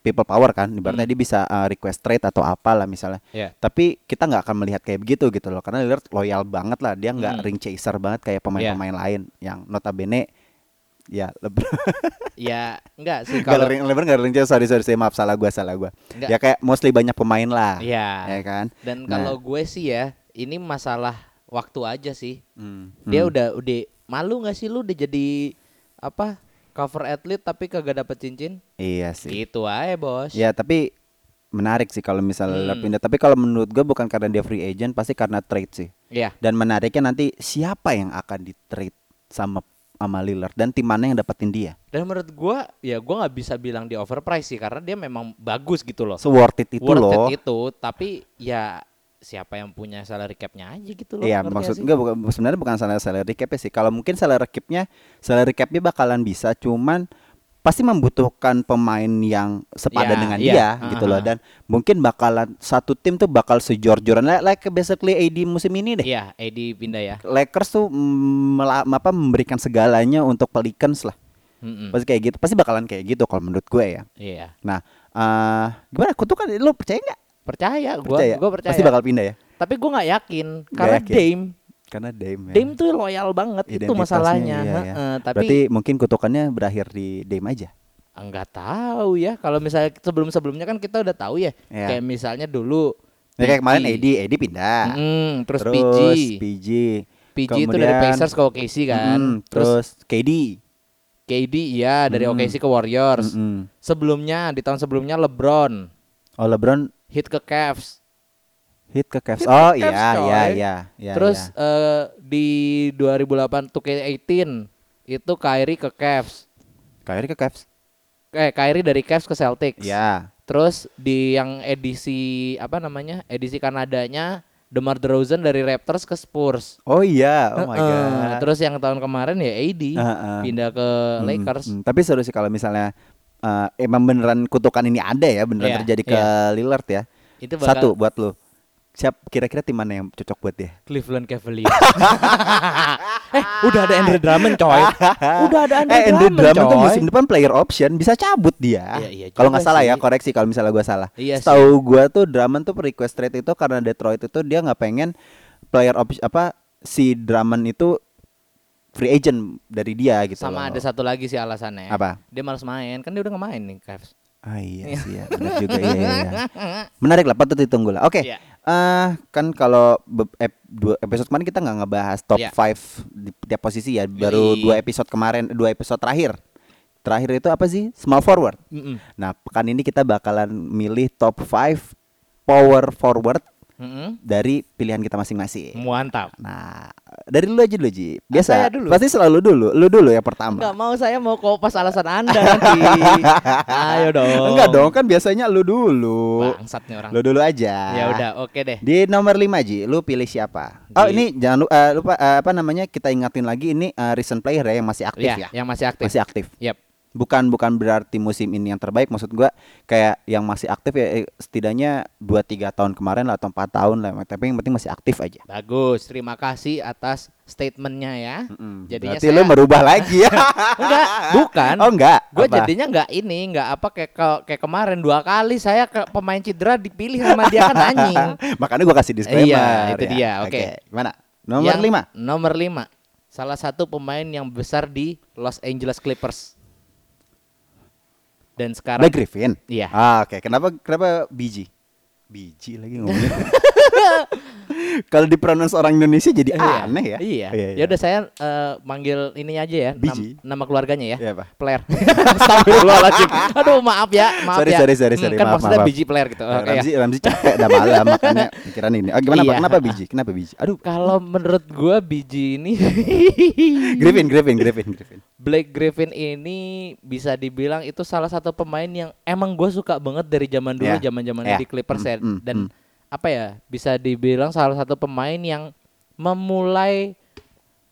[SPEAKER 2] people power kan ibaratnya
[SPEAKER 1] Mm.
[SPEAKER 2] dia bisa eh, request trade atau apalah misalnya.
[SPEAKER 1] Iya.
[SPEAKER 2] Tapi kita nggak akan melihat kayak begitu gitu loh karena Lillard loyal banget lah dia nggak
[SPEAKER 1] Hmm.
[SPEAKER 2] ring chaser banget kayak pemain-pemain lain yang notabene ya LeBron
[SPEAKER 1] ya enggak sih kalau
[SPEAKER 2] kalau ring LeBron nggak ring chaser sorry sorry sorry, maaf salah gua salah gua
[SPEAKER 1] Nggak.
[SPEAKER 2] ya kayak mostly banyak pemain lah
[SPEAKER 1] ya.
[SPEAKER 2] ya kan
[SPEAKER 1] Dan
[SPEAKER 2] Nah.
[SPEAKER 1] kalau gue sih ya ini masalah waktu aja sih.
[SPEAKER 2] Hmm.
[SPEAKER 1] Dia
[SPEAKER 2] Hmm.
[SPEAKER 1] udah udah malu nggak sih lu udah jadi apa cover atlet tapi kagak dapet cincin?
[SPEAKER 2] iya sih
[SPEAKER 1] Gitu aja bos.
[SPEAKER 2] ya tapi menarik sih kalau misalnya Lillard
[SPEAKER 1] Hmm.
[SPEAKER 2] pindah tapi kalau menurut gua bukan karena dia free agent pasti karena trade sih
[SPEAKER 1] Iya.
[SPEAKER 2] dan menariknya nanti siapa yang akan di trade sama sama Lillard dan tim mana yang dapetin dia
[SPEAKER 1] Dan menurut gue ya gue nggak bisa bilang di overpriced sih karena dia memang bagus gitu loh.
[SPEAKER 2] so worth it itu
[SPEAKER 1] Worth
[SPEAKER 2] loh
[SPEAKER 1] it itu tapi ya siapa yang punya salary capnya aja gitu loh.
[SPEAKER 2] Iya
[SPEAKER 1] ngerti
[SPEAKER 2] maksud
[SPEAKER 1] nggak sih?
[SPEAKER 2] enggak bukan sebenarnya bukan salary salary cap sih. Kalau mungkin salary capnya salary capnya bakalan bisa, cuman pasti membutuhkan pemain yang sepadan
[SPEAKER 1] Iya,
[SPEAKER 2] dengan
[SPEAKER 1] iya.
[SPEAKER 2] dia gitu loh
[SPEAKER 1] Aha.
[SPEAKER 2] dan mungkin bakalan satu tim tuh bakal sejor-joran like, like basically AD musim ini deh.
[SPEAKER 1] Iya, Edi pindah ya.
[SPEAKER 2] Lakers tuh mm, mela- apa memberikan segalanya untuk Pelicans lah.
[SPEAKER 1] Mm-mm.
[SPEAKER 2] Pasti kayak gitu, pasti bakalan kayak gitu kalau menurut gue ya.
[SPEAKER 1] Iya.
[SPEAKER 2] Nah, eh gimana kutukan lu percaya nggak?
[SPEAKER 1] Percaya gue,
[SPEAKER 2] Percaya.
[SPEAKER 1] gue percaya.
[SPEAKER 2] Pasti bakal pindah ya.
[SPEAKER 1] Tapi gue nggak yakin karena
[SPEAKER 2] yakin.
[SPEAKER 1] Dame,
[SPEAKER 2] Karena Dame. ya.
[SPEAKER 1] Dame tuh loyal banget itu
[SPEAKER 2] Identitasnya,
[SPEAKER 1] masalahnya.
[SPEAKER 2] iya, iya.
[SPEAKER 1] Heeh, tapi
[SPEAKER 2] Berarti mungkin kutukannya berakhir di Dame aja.
[SPEAKER 1] nggak tahu ya. Kalau misalnya sebelum sebelumnya kan kita udah tahu ya.
[SPEAKER 2] Iya.
[SPEAKER 1] Kayak misalnya dulu.
[SPEAKER 2] Ya, kayak kemarin
[SPEAKER 1] PG.
[SPEAKER 2] AD, AD pindah.
[SPEAKER 1] Mm, terus,
[SPEAKER 2] terus
[SPEAKER 1] PG,
[SPEAKER 2] PG.
[SPEAKER 1] PG itu dari
[SPEAKER 2] Kemudian,
[SPEAKER 1] Pacers ke OKC kan.
[SPEAKER 2] mm,
[SPEAKER 1] terus
[SPEAKER 2] terus, KD.
[SPEAKER 1] KD iya dari
[SPEAKER 2] Mm.
[SPEAKER 1] OKC ke Warriors.
[SPEAKER 2] Mm-mm.
[SPEAKER 1] Sebelumnya di tahun sebelumnya LeBron
[SPEAKER 2] Oh, LeBron
[SPEAKER 1] hit ke Cavs.
[SPEAKER 2] hit ke
[SPEAKER 1] Hit
[SPEAKER 2] Cavs.
[SPEAKER 1] ke
[SPEAKER 2] oh,
[SPEAKER 1] Cavs,
[SPEAKER 2] iya,
[SPEAKER 1] coy.
[SPEAKER 2] iya, iya, iya.
[SPEAKER 1] terus
[SPEAKER 2] iya.
[SPEAKER 1] eh, di 2008 2K18 itu Kyrie ke Cavs.
[SPEAKER 2] iya. Kyrie ke Cavs.
[SPEAKER 1] Eh Kyrie dari Cavs ke Celtics.
[SPEAKER 2] Iya.
[SPEAKER 1] Terus di yang edisi apa namanya? Edisi Kanadanya DeMar DeRozan dari Raptors ke Spurs.
[SPEAKER 2] Oh iya, oh my
[SPEAKER 1] Heeh.
[SPEAKER 2] god. Ah.
[SPEAKER 1] Terus yang tahun kemarin ya AD
[SPEAKER 2] Heeh.
[SPEAKER 1] pindah ke
[SPEAKER 2] Mm,
[SPEAKER 1] Lakers.
[SPEAKER 2] mm. Tapi seru sih kalau misalnya eh, emang beneran kutukan ini ada ya, beneran
[SPEAKER 1] Iya,
[SPEAKER 2] terjadi ke
[SPEAKER 1] iya.
[SPEAKER 2] Lillard ya.
[SPEAKER 1] Itu bakal
[SPEAKER 2] Satu buat lu. siap kira-kira tim mana yang cocok buat dia?
[SPEAKER 1] Cleveland Cavaliers. eh, udah ada Andre Drummond, coy. Udah ada Andre
[SPEAKER 2] eh, Andre
[SPEAKER 1] Drummond,
[SPEAKER 2] Drummond
[SPEAKER 1] Kan
[SPEAKER 2] tuh
[SPEAKER 1] coy.
[SPEAKER 2] musim depan player option bisa cabut dia.
[SPEAKER 1] Iya, iya
[SPEAKER 2] kalau
[SPEAKER 1] juga
[SPEAKER 2] nggak salah ya
[SPEAKER 1] sih.
[SPEAKER 2] koreksi kalau misalnya gua salah.
[SPEAKER 1] Iya
[SPEAKER 2] Tahu gua tuh Drummond tuh request trade itu karena Detroit itu dia nggak pengen player option apa si Drummond itu free agent dari dia gitu.
[SPEAKER 1] Sama
[SPEAKER 2] loh.
[SPEAKER 1] ada satu lagi sih alasannya.
[SPEAKER 2] apa?
[SPEAKER 1] Dia malas main, kan dia udah nggak main nih Cavs.
[SPEAKER 2] Ah iya sih ya, benar juga iya, iya, iya. Menarik lah, patut ditunggu lah. Oke,
[SPEAKER 1] Iya.
[SPEAKER 2] eh kan kalau be- ep- dua episode kemarin kita nggak ngebahas top
[SPEAKER 1] Iya.
[SPEAKER 2] 5 di tiap posisi ya. Baru
[SPEAKER 1] Yoi.
[SPEAKER 2] dua episode kemarin, dua episode terakhir. Terakhir itu apa sih? Small forward.
[SPEAKER 1] Mm-mm.
[SPEAKER 2] Nah pekan ini kita bakalan milih top 5 power forward
[SPEAKER 1] Mm-mm.
[SPEAKER 2] dari pilihan kita masing-masing.
[SPEAKER 1] Mantap.
[SPEAKER 2] Nah dari lu aja dulu Ji. Biasa
[SPEAKER 1] Saya dulu.
[SPEAKER 2] pasti selalu dulu, lu dulu yang pertama.
[SPEAKER 1] Enggak mau saya mau kopas alasan Anda nanti. Ayo dong.
[SPEAKER 2] Enggak dong, kan biasanya lu dulu.
[SPEAKER 1] Bangsat nih orang.
[SPEAKER 2] Lu dulu aja.
[SPEAKER 1] Ya udah, oke deh.
[SPEAKER 2] Di nomor 5 Ji, lu pilih siapa? Oh
[SPEAKER 1] Di-
[SPEAKER 2] ini jangan lupa, eh, lupa eh, apa namanya kita ingatin lagi ini eh, recent player ya yang masih aktif
[SPEAKER 1] Ya,
[SPEAKER 2] ya.
[SPEAKER 1] yang masih aktif.
[SPEAKER 2] Masih aktif.
[SPEAKER 1] Yep.
[SPEAKER 2] Bukan bukan berarti musim ini yang terbaik maksud gua kayak yang masih aktif ya eh, setidaknya 2 3 tahun kemarin lah atau 4 tahun lah tapi yang penting masih aktif aja.
[SPEAKER 1] Bagus. Terima kasih atas statementnya ya.
[SPEAKER 2] Mm-mm.
[SPEAKER 1] Jadinya
[SPEAKER 2] berarti
[SPEAKER 1] saya-
[SPEAKER 2] lu merubah lagi ya.
[SPEAKER 1] Enggak, bukan.
[SPEAKER 2] oh enggak.
[SPEAKER 1] Gue
[SPEAKER 2] Apa?
[SPEAKER 1] jadinya nggak ini, nggak apa kayak ke- kayak kemarin dua kali saya ke pemain cedera dipilih sama dia kan anjing.
[SPEAKER 2] Makanya gua kasih disclaimer.
[SPEAKER 1] Iya, itu dia, oke.
[SPEAKER 2] Mana? Nomor
[SPEAKER 1] Yang
[SPEAKER 2] 5.
[SPEAKER 1] Nomor lima. Salah satu pemain yang besar di Los Angeles Clippers. Dan sekarang
[SPEAKER 2] Blake Griffin.
[SPEAKER 1] Iya.
[SPEAKER 2] Ah, oke. Kenapa kenapa BG? BG lagi ngomongnya. Kalau dipronounce orang Indonesia jadi
[SPEAKER 1] Iya.
[SPEAKER 2] aneh ya.
[SPEAKER 1] Iya.
[SPEAKER 2] iya.
[SPEAKER 1] Ya udah saya eh, manggil ininya aja ya, nam-
[SPEAKER 2] Biji.
[SPEAKER 1] nama keluarganya ya.
[SPEAKER 2] Iya, Pak.
[SPEAKER 1] Player. Astagfirullahaladzim. Aduh, maaf ya, maaf
[SPEAKER 2] Sorry,
[SPEAKER 1] ya.
[SPEAKER 2] sorry, sorry,
[SPEAKER 1] Hmm,
[SPEAKER 2] sorry.
[SPEAKER 1] Kan
[SPEAKER 2] Maaf,
[SPEAKER 1] maksudnya
[SPEAKER 2] maaf, maaf.
[SPEAKER 1] biji player gitu. Oke ya.
[SPEAKER 2] Ramzi, Ramzi capek udah malam makanya pikiran ini. Oh, gimana Pak?
[SPEAKER 1] Iya.
[SPEAKER 2] Kenapa BG? Kenapa BG? Aduh,
[SPEAKER 1] Kalau menurut gua biji ini
[SPEAKER 2] Griffin, Griffin, Griffin, Griffin.
[SPEAKER 1] Blake Griffin ini bisa dibilang itu salah satu pemain yang emang gue suka banget dari zaman dulu,
[SPEAKER 2] Yeah.
[SPEAKER 1] zaman zaman
[SPEAKER 2] Yeah.
[SPEAKER 1] di Clippers ya.
[SPEAKER 2] Mm, mm,
[SPEAKER 1] dan
[SPEAKER 2] mm.
[SPEAKER 1] apa ya bisa dibilang salah satu pemain yang memulai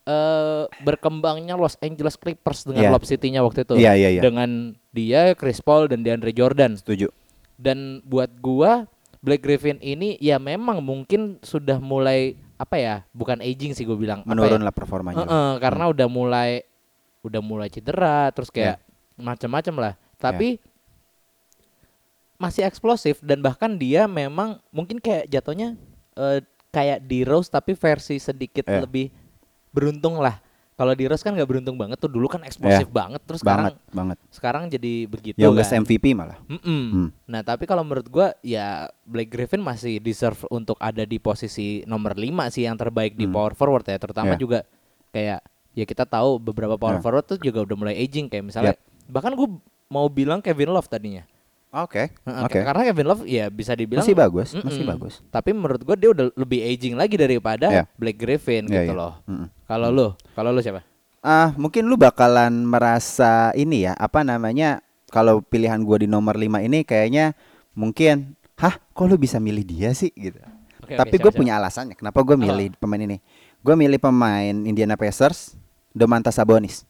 [SPEAKER 1] eh, berkembangnya Los Angeles Clippers dengan
[SPEAKER 2] Yeah.
[SPEAKER 1] Lob City-nya waktu itu,
[SPEAKER 2] Iya, iya, iya.
[SPEAKER 1] dengan dia Chris Paul dan DeAndre Jordan.
[SPEAKER 2] Setuju.
[SPEAKER 1] Dan buat gua Blake Griffin ini ya memang mungkin sudah mulai apa ya bukan aging sih gue bilang apa ya,
[SPEAKER 2] Menurunlah performanya.
[SPEAKER 1] Heeh, karena
[SPEAKER 2] Hmm.
[SPEAKER 1] udah mulai udah mulai cedera terus kayak
[SPEAKER 2] Ya.
[SPEAKER 1] macam-macam lah. Tapi masih eksplosif dan bahkan dia memang mungkin kayak jatuhnya eh, kayak di Rose tapi versi sedikit
[SPEAKER 2] Ya.
[SPEAKER 1] lebih beruntung lah. Kalau di Rose kan nggak beruntung banget tuh dulu kan eksplosif banget terus
[SPEAKER 2] Ya. banget, Ya,
[SPEAKER 1] sekarang
[SPEAKER 2] banget.
[SPEAKER 1] sekarang jadi begitu
[SPEAKER 2] Youngest
[SPEAKER 1] kan.
[SPEAKER 2] MVP malah.
[SPEAKER 1] Mm-mm.
[SPEAKER 2] Hmm.
[SPEAKER 1] Nah, tapi kalau menurut gua ya Blake Griffin masih deserve untuk ada di posisi nomor 5 sih yang terbaik di
[SPEAKER 2] Hmm.
[SPEAKER 1] power forward ya, terutama
[SPEAKER 2] Yeah.
[SPEAKER 1] juga kayak ya kita tahu beberapa power
[SPEAKER 2] Yeah.
[SPEAKER 1] forward tuh juga udah mulai aging kayak misalnya bahkan gua mau bilang Kevin Love tadinya.
[SPEAKER 2] Oke.
[SPEAKER 1] Heeh,
[SPEAKER 2] Oke.
[SPEAKER 1] Karena Kevin Love ya bisa dibilang
[SPEAKER 2] Masih bagus, masih
[SPEAKER 1] Mm-mm.
[SPEAKER 2] bagus.
[SPEAKER 1] Tapi menurut gua dia udah lebih aging lagi daripada
[SPEAKER 2] Yeah.
[SPEAKER 1] Blake Griffin
[SPEAKER 2] Iya,
[SPEAKER 1] gitu
[SPEAKER 2] iya.
[SPEAKER 1] loh.
[SPEAKER 2] Mm-mm.
[SPEAKER 1] Kalau lu, kalau lu siapa?
[SPEAKER 2] Ah, mungkin lu bakalan merasa ini ya, apa namanya? Kalau pilihan gua di nomor 5 ini kayaknya mungkin, hah, kok lu bisa milih dia sih gitu.
[SPEAKER 1] Iya, Oke, Ah. oke,
[SPEAKER 2] Tapi
[SPEAKER 1] siapa,
[SPEAKER 2] gue
[SPEAKER 1] siapa?
[SPEAKER 2] punya alasannya kenapa gue milih pemain ini. Gue milih pemain Indiana Pacers, Domantas Sabonis.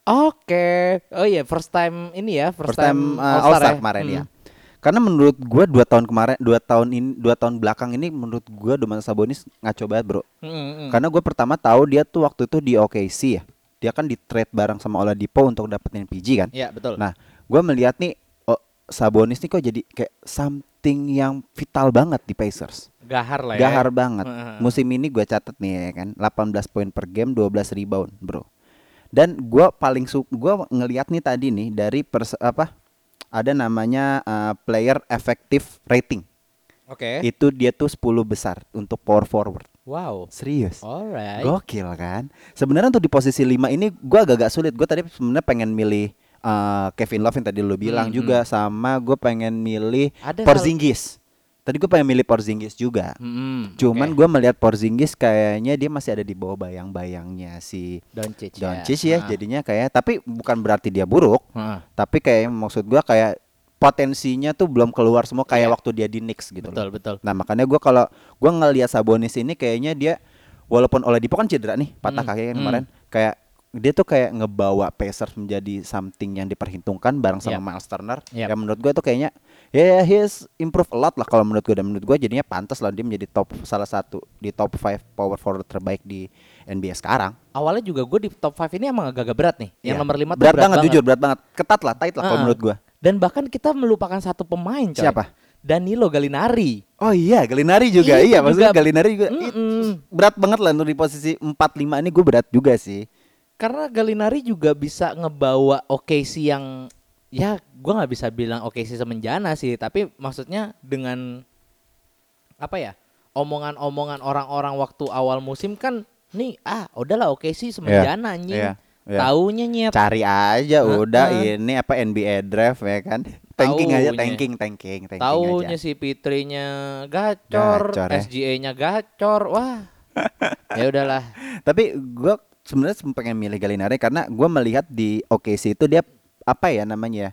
[SPEAKER 1] Oke. Oh iya, first time ini ya, first,
[SPEAKER 2] First time, uh,
[SPEAKER 1] All-Star
[SPEAKER 2] All Star
[SPEAKER 1] ya.
[SPEAKER 2] kemarin
[SPEAKER 1] Hmm.
[SPEAKER 2] ya. Karena menurut gue dua tahun kemarin, dua tahun ini, dua tahun belakang ini menurut gue Domantas Sabonis ngaco banget bro.
[SPEAKER 1] Mm-mm.
[SPEAKER 2] Karena gue pertama tahu dia tuh waktu itu di OKC ya. Dia kan di trade bareng sama Oladipo untuk dapetin PG kan.
[SPEAKER 1] Iya, betul.
[SPEAKER 2] Nah, gue melihat nih oh, Sabonis nih kok jadi kayak something yang vital banget di Pacers.
[SPEAKER 1] Gahar lah ya.
[SPEAKER 2] Gahar banget.
[SPEAKER 1] Heeh.
[SPEAKER 2] Musim ini gue catat nih ya kan, 18 poin per game, 12 rebound, bro. Dan gue paling su gue ngelihat nih tadi nih dari pers apa ada namanya eh, player effective rating.
[SPEAKER 1] Oke.
[SPEAKER 2] Itu dia tuh 10 besar untuk power forward.
[SPEAKER 1] Wow.
[SPEAKER 2] Serius.
[SPEAKER 1] Oh, Alright.
[SPEAKER 2] Gokil kan? Sebenarnya untuk di posisi 5 ini gue agak-agak sulit. Gue tadi sebenarnya pengen milih eh, Kevin Love yang tadi lu
[SPEAKER 1] Hmm,
[SPEAKER 2] bilang juga sama gue pengen milih
[SPEAKER 1] Ada
[SPEAKER 2] Porzingis. Tadi gue pengen milih Porzingis juga.
[SPEAKER 1] Mm-mm,
[SPEAKER 2] Cuman
[SPEAKER 1] oke.
[SPEAKER 2] gue melihat Porzingis kayaknya dia masih ada di bawah bayang-bayangnya si
[SPEAKER 1] Doncic.
[SPEAKER 2] Doncic ya.
[SPEAKER 1] Ah.
[SPEAKER 2] Jadinya kayak tapi bukan berarti dia buruk,
[SPEAKER 1] Ah,
[SPEAKER 2] tapi kayak maksud gua kayak potensinya tuh belum keluar semua
[SPEAKER 1] Iya.
[SPEAKER 2] kayak waktu dia di Knicks gitu.
[SPEAKER 1] betul
[SPEAKER 2] loh.
[SPEAKER 1] betul.
[SPEAKER 2] Nah, makanya gua kalau gua ngelihat Sabonis ini kayaknya dia walaupun Oladipo kan cedera nih, patah
[SPEAKER 1] Hmm,
[SPEAKER 2] kaki kan
[SPEAKER 1] hmm.
[SPEAKER 2] kemarin, kayak dia tuh kayak ngebawa Pacers menjadi something yang diperhitungkan bareng sama
[SPEAKER 1] Yep.
[SPEAKER 2] Miles Turner.
[SPEAKER 1] Yep.
[SPEAKER 2] Yang menurut gue tuh kayaknya ya yeah, he's improved a lot lah kalau menurut gue dan menurut gue jadinya pantas lah dia menjadi top salah satu di top 5 power forward terbaik di NBA sekarang.
[SPEAKER 1] Awalnya juga gue di top 5 ini emang agak-agak berat nih. Yang
[SPEAKER 2] Iya.
[SPEAKER 1] nomor 5
[SPEAKER 2] berat, banget, jujur berat banget. Ketat lah, tight lah kalau
[SPEAKER 1] Heeh.
[SPEAKER 2] menurut gue.
[SPEAKER 1] Dan bahkan kita melupakan satu pemain, coy.
[SPEAKER 2] Siapa?
[SPEAKER 1] Danilo Gallinari.
[SPEAKER 2] Oh iya, Galinari juga.
[SPEAKER 1] Itu
[SPEAKER 2] iya, maksudnya
[SPEAKER 1] juga-
[SPEAKER 2] Galinari juga.
[SPEAKER 1] Mm-mm.
[SPEAKER 2] Itu Berat banget lah untuk di posisi 4-5 ini gue berat juga sih.
[SPEAKER 1] Karena Gallinari juga bisa ngebawa OKC yang ya gue nggak bisa bilang OKC semenjana sih, tapi maksudnya dengan apa ya? Omongan-omongan orang-orang waktu awal musim kan nih ah udahlah OKC semenjana anjing.
[SPEAKER 2] iya, iya.
[SPEAKER 1] Taunya nyet.
[SPEAKER 2] Cari aja
[SPEAKER 1] Heeh.
[SPEAKER 2] udah ini apa NBA draft ya kan. Tanking aja,
[SPEAKER 1] Taunya.
[SPEAKER 2] tanking, tanking, tanking
[SPEAKER 1] Taunya
[SPEAKER 2] aja.
[SPEAKER 1] si Fitrinya gacor,
[SPEAKER 2] Gacor, ya.
[SPEAKER 1] SGA-nya gacor. Wah. ya udahlah.
[SPEAKER 2] Tapi gue sebenarnya sem- pengen milih Galinari karena gue melihat di OKC itu dia apa ya namanya ya,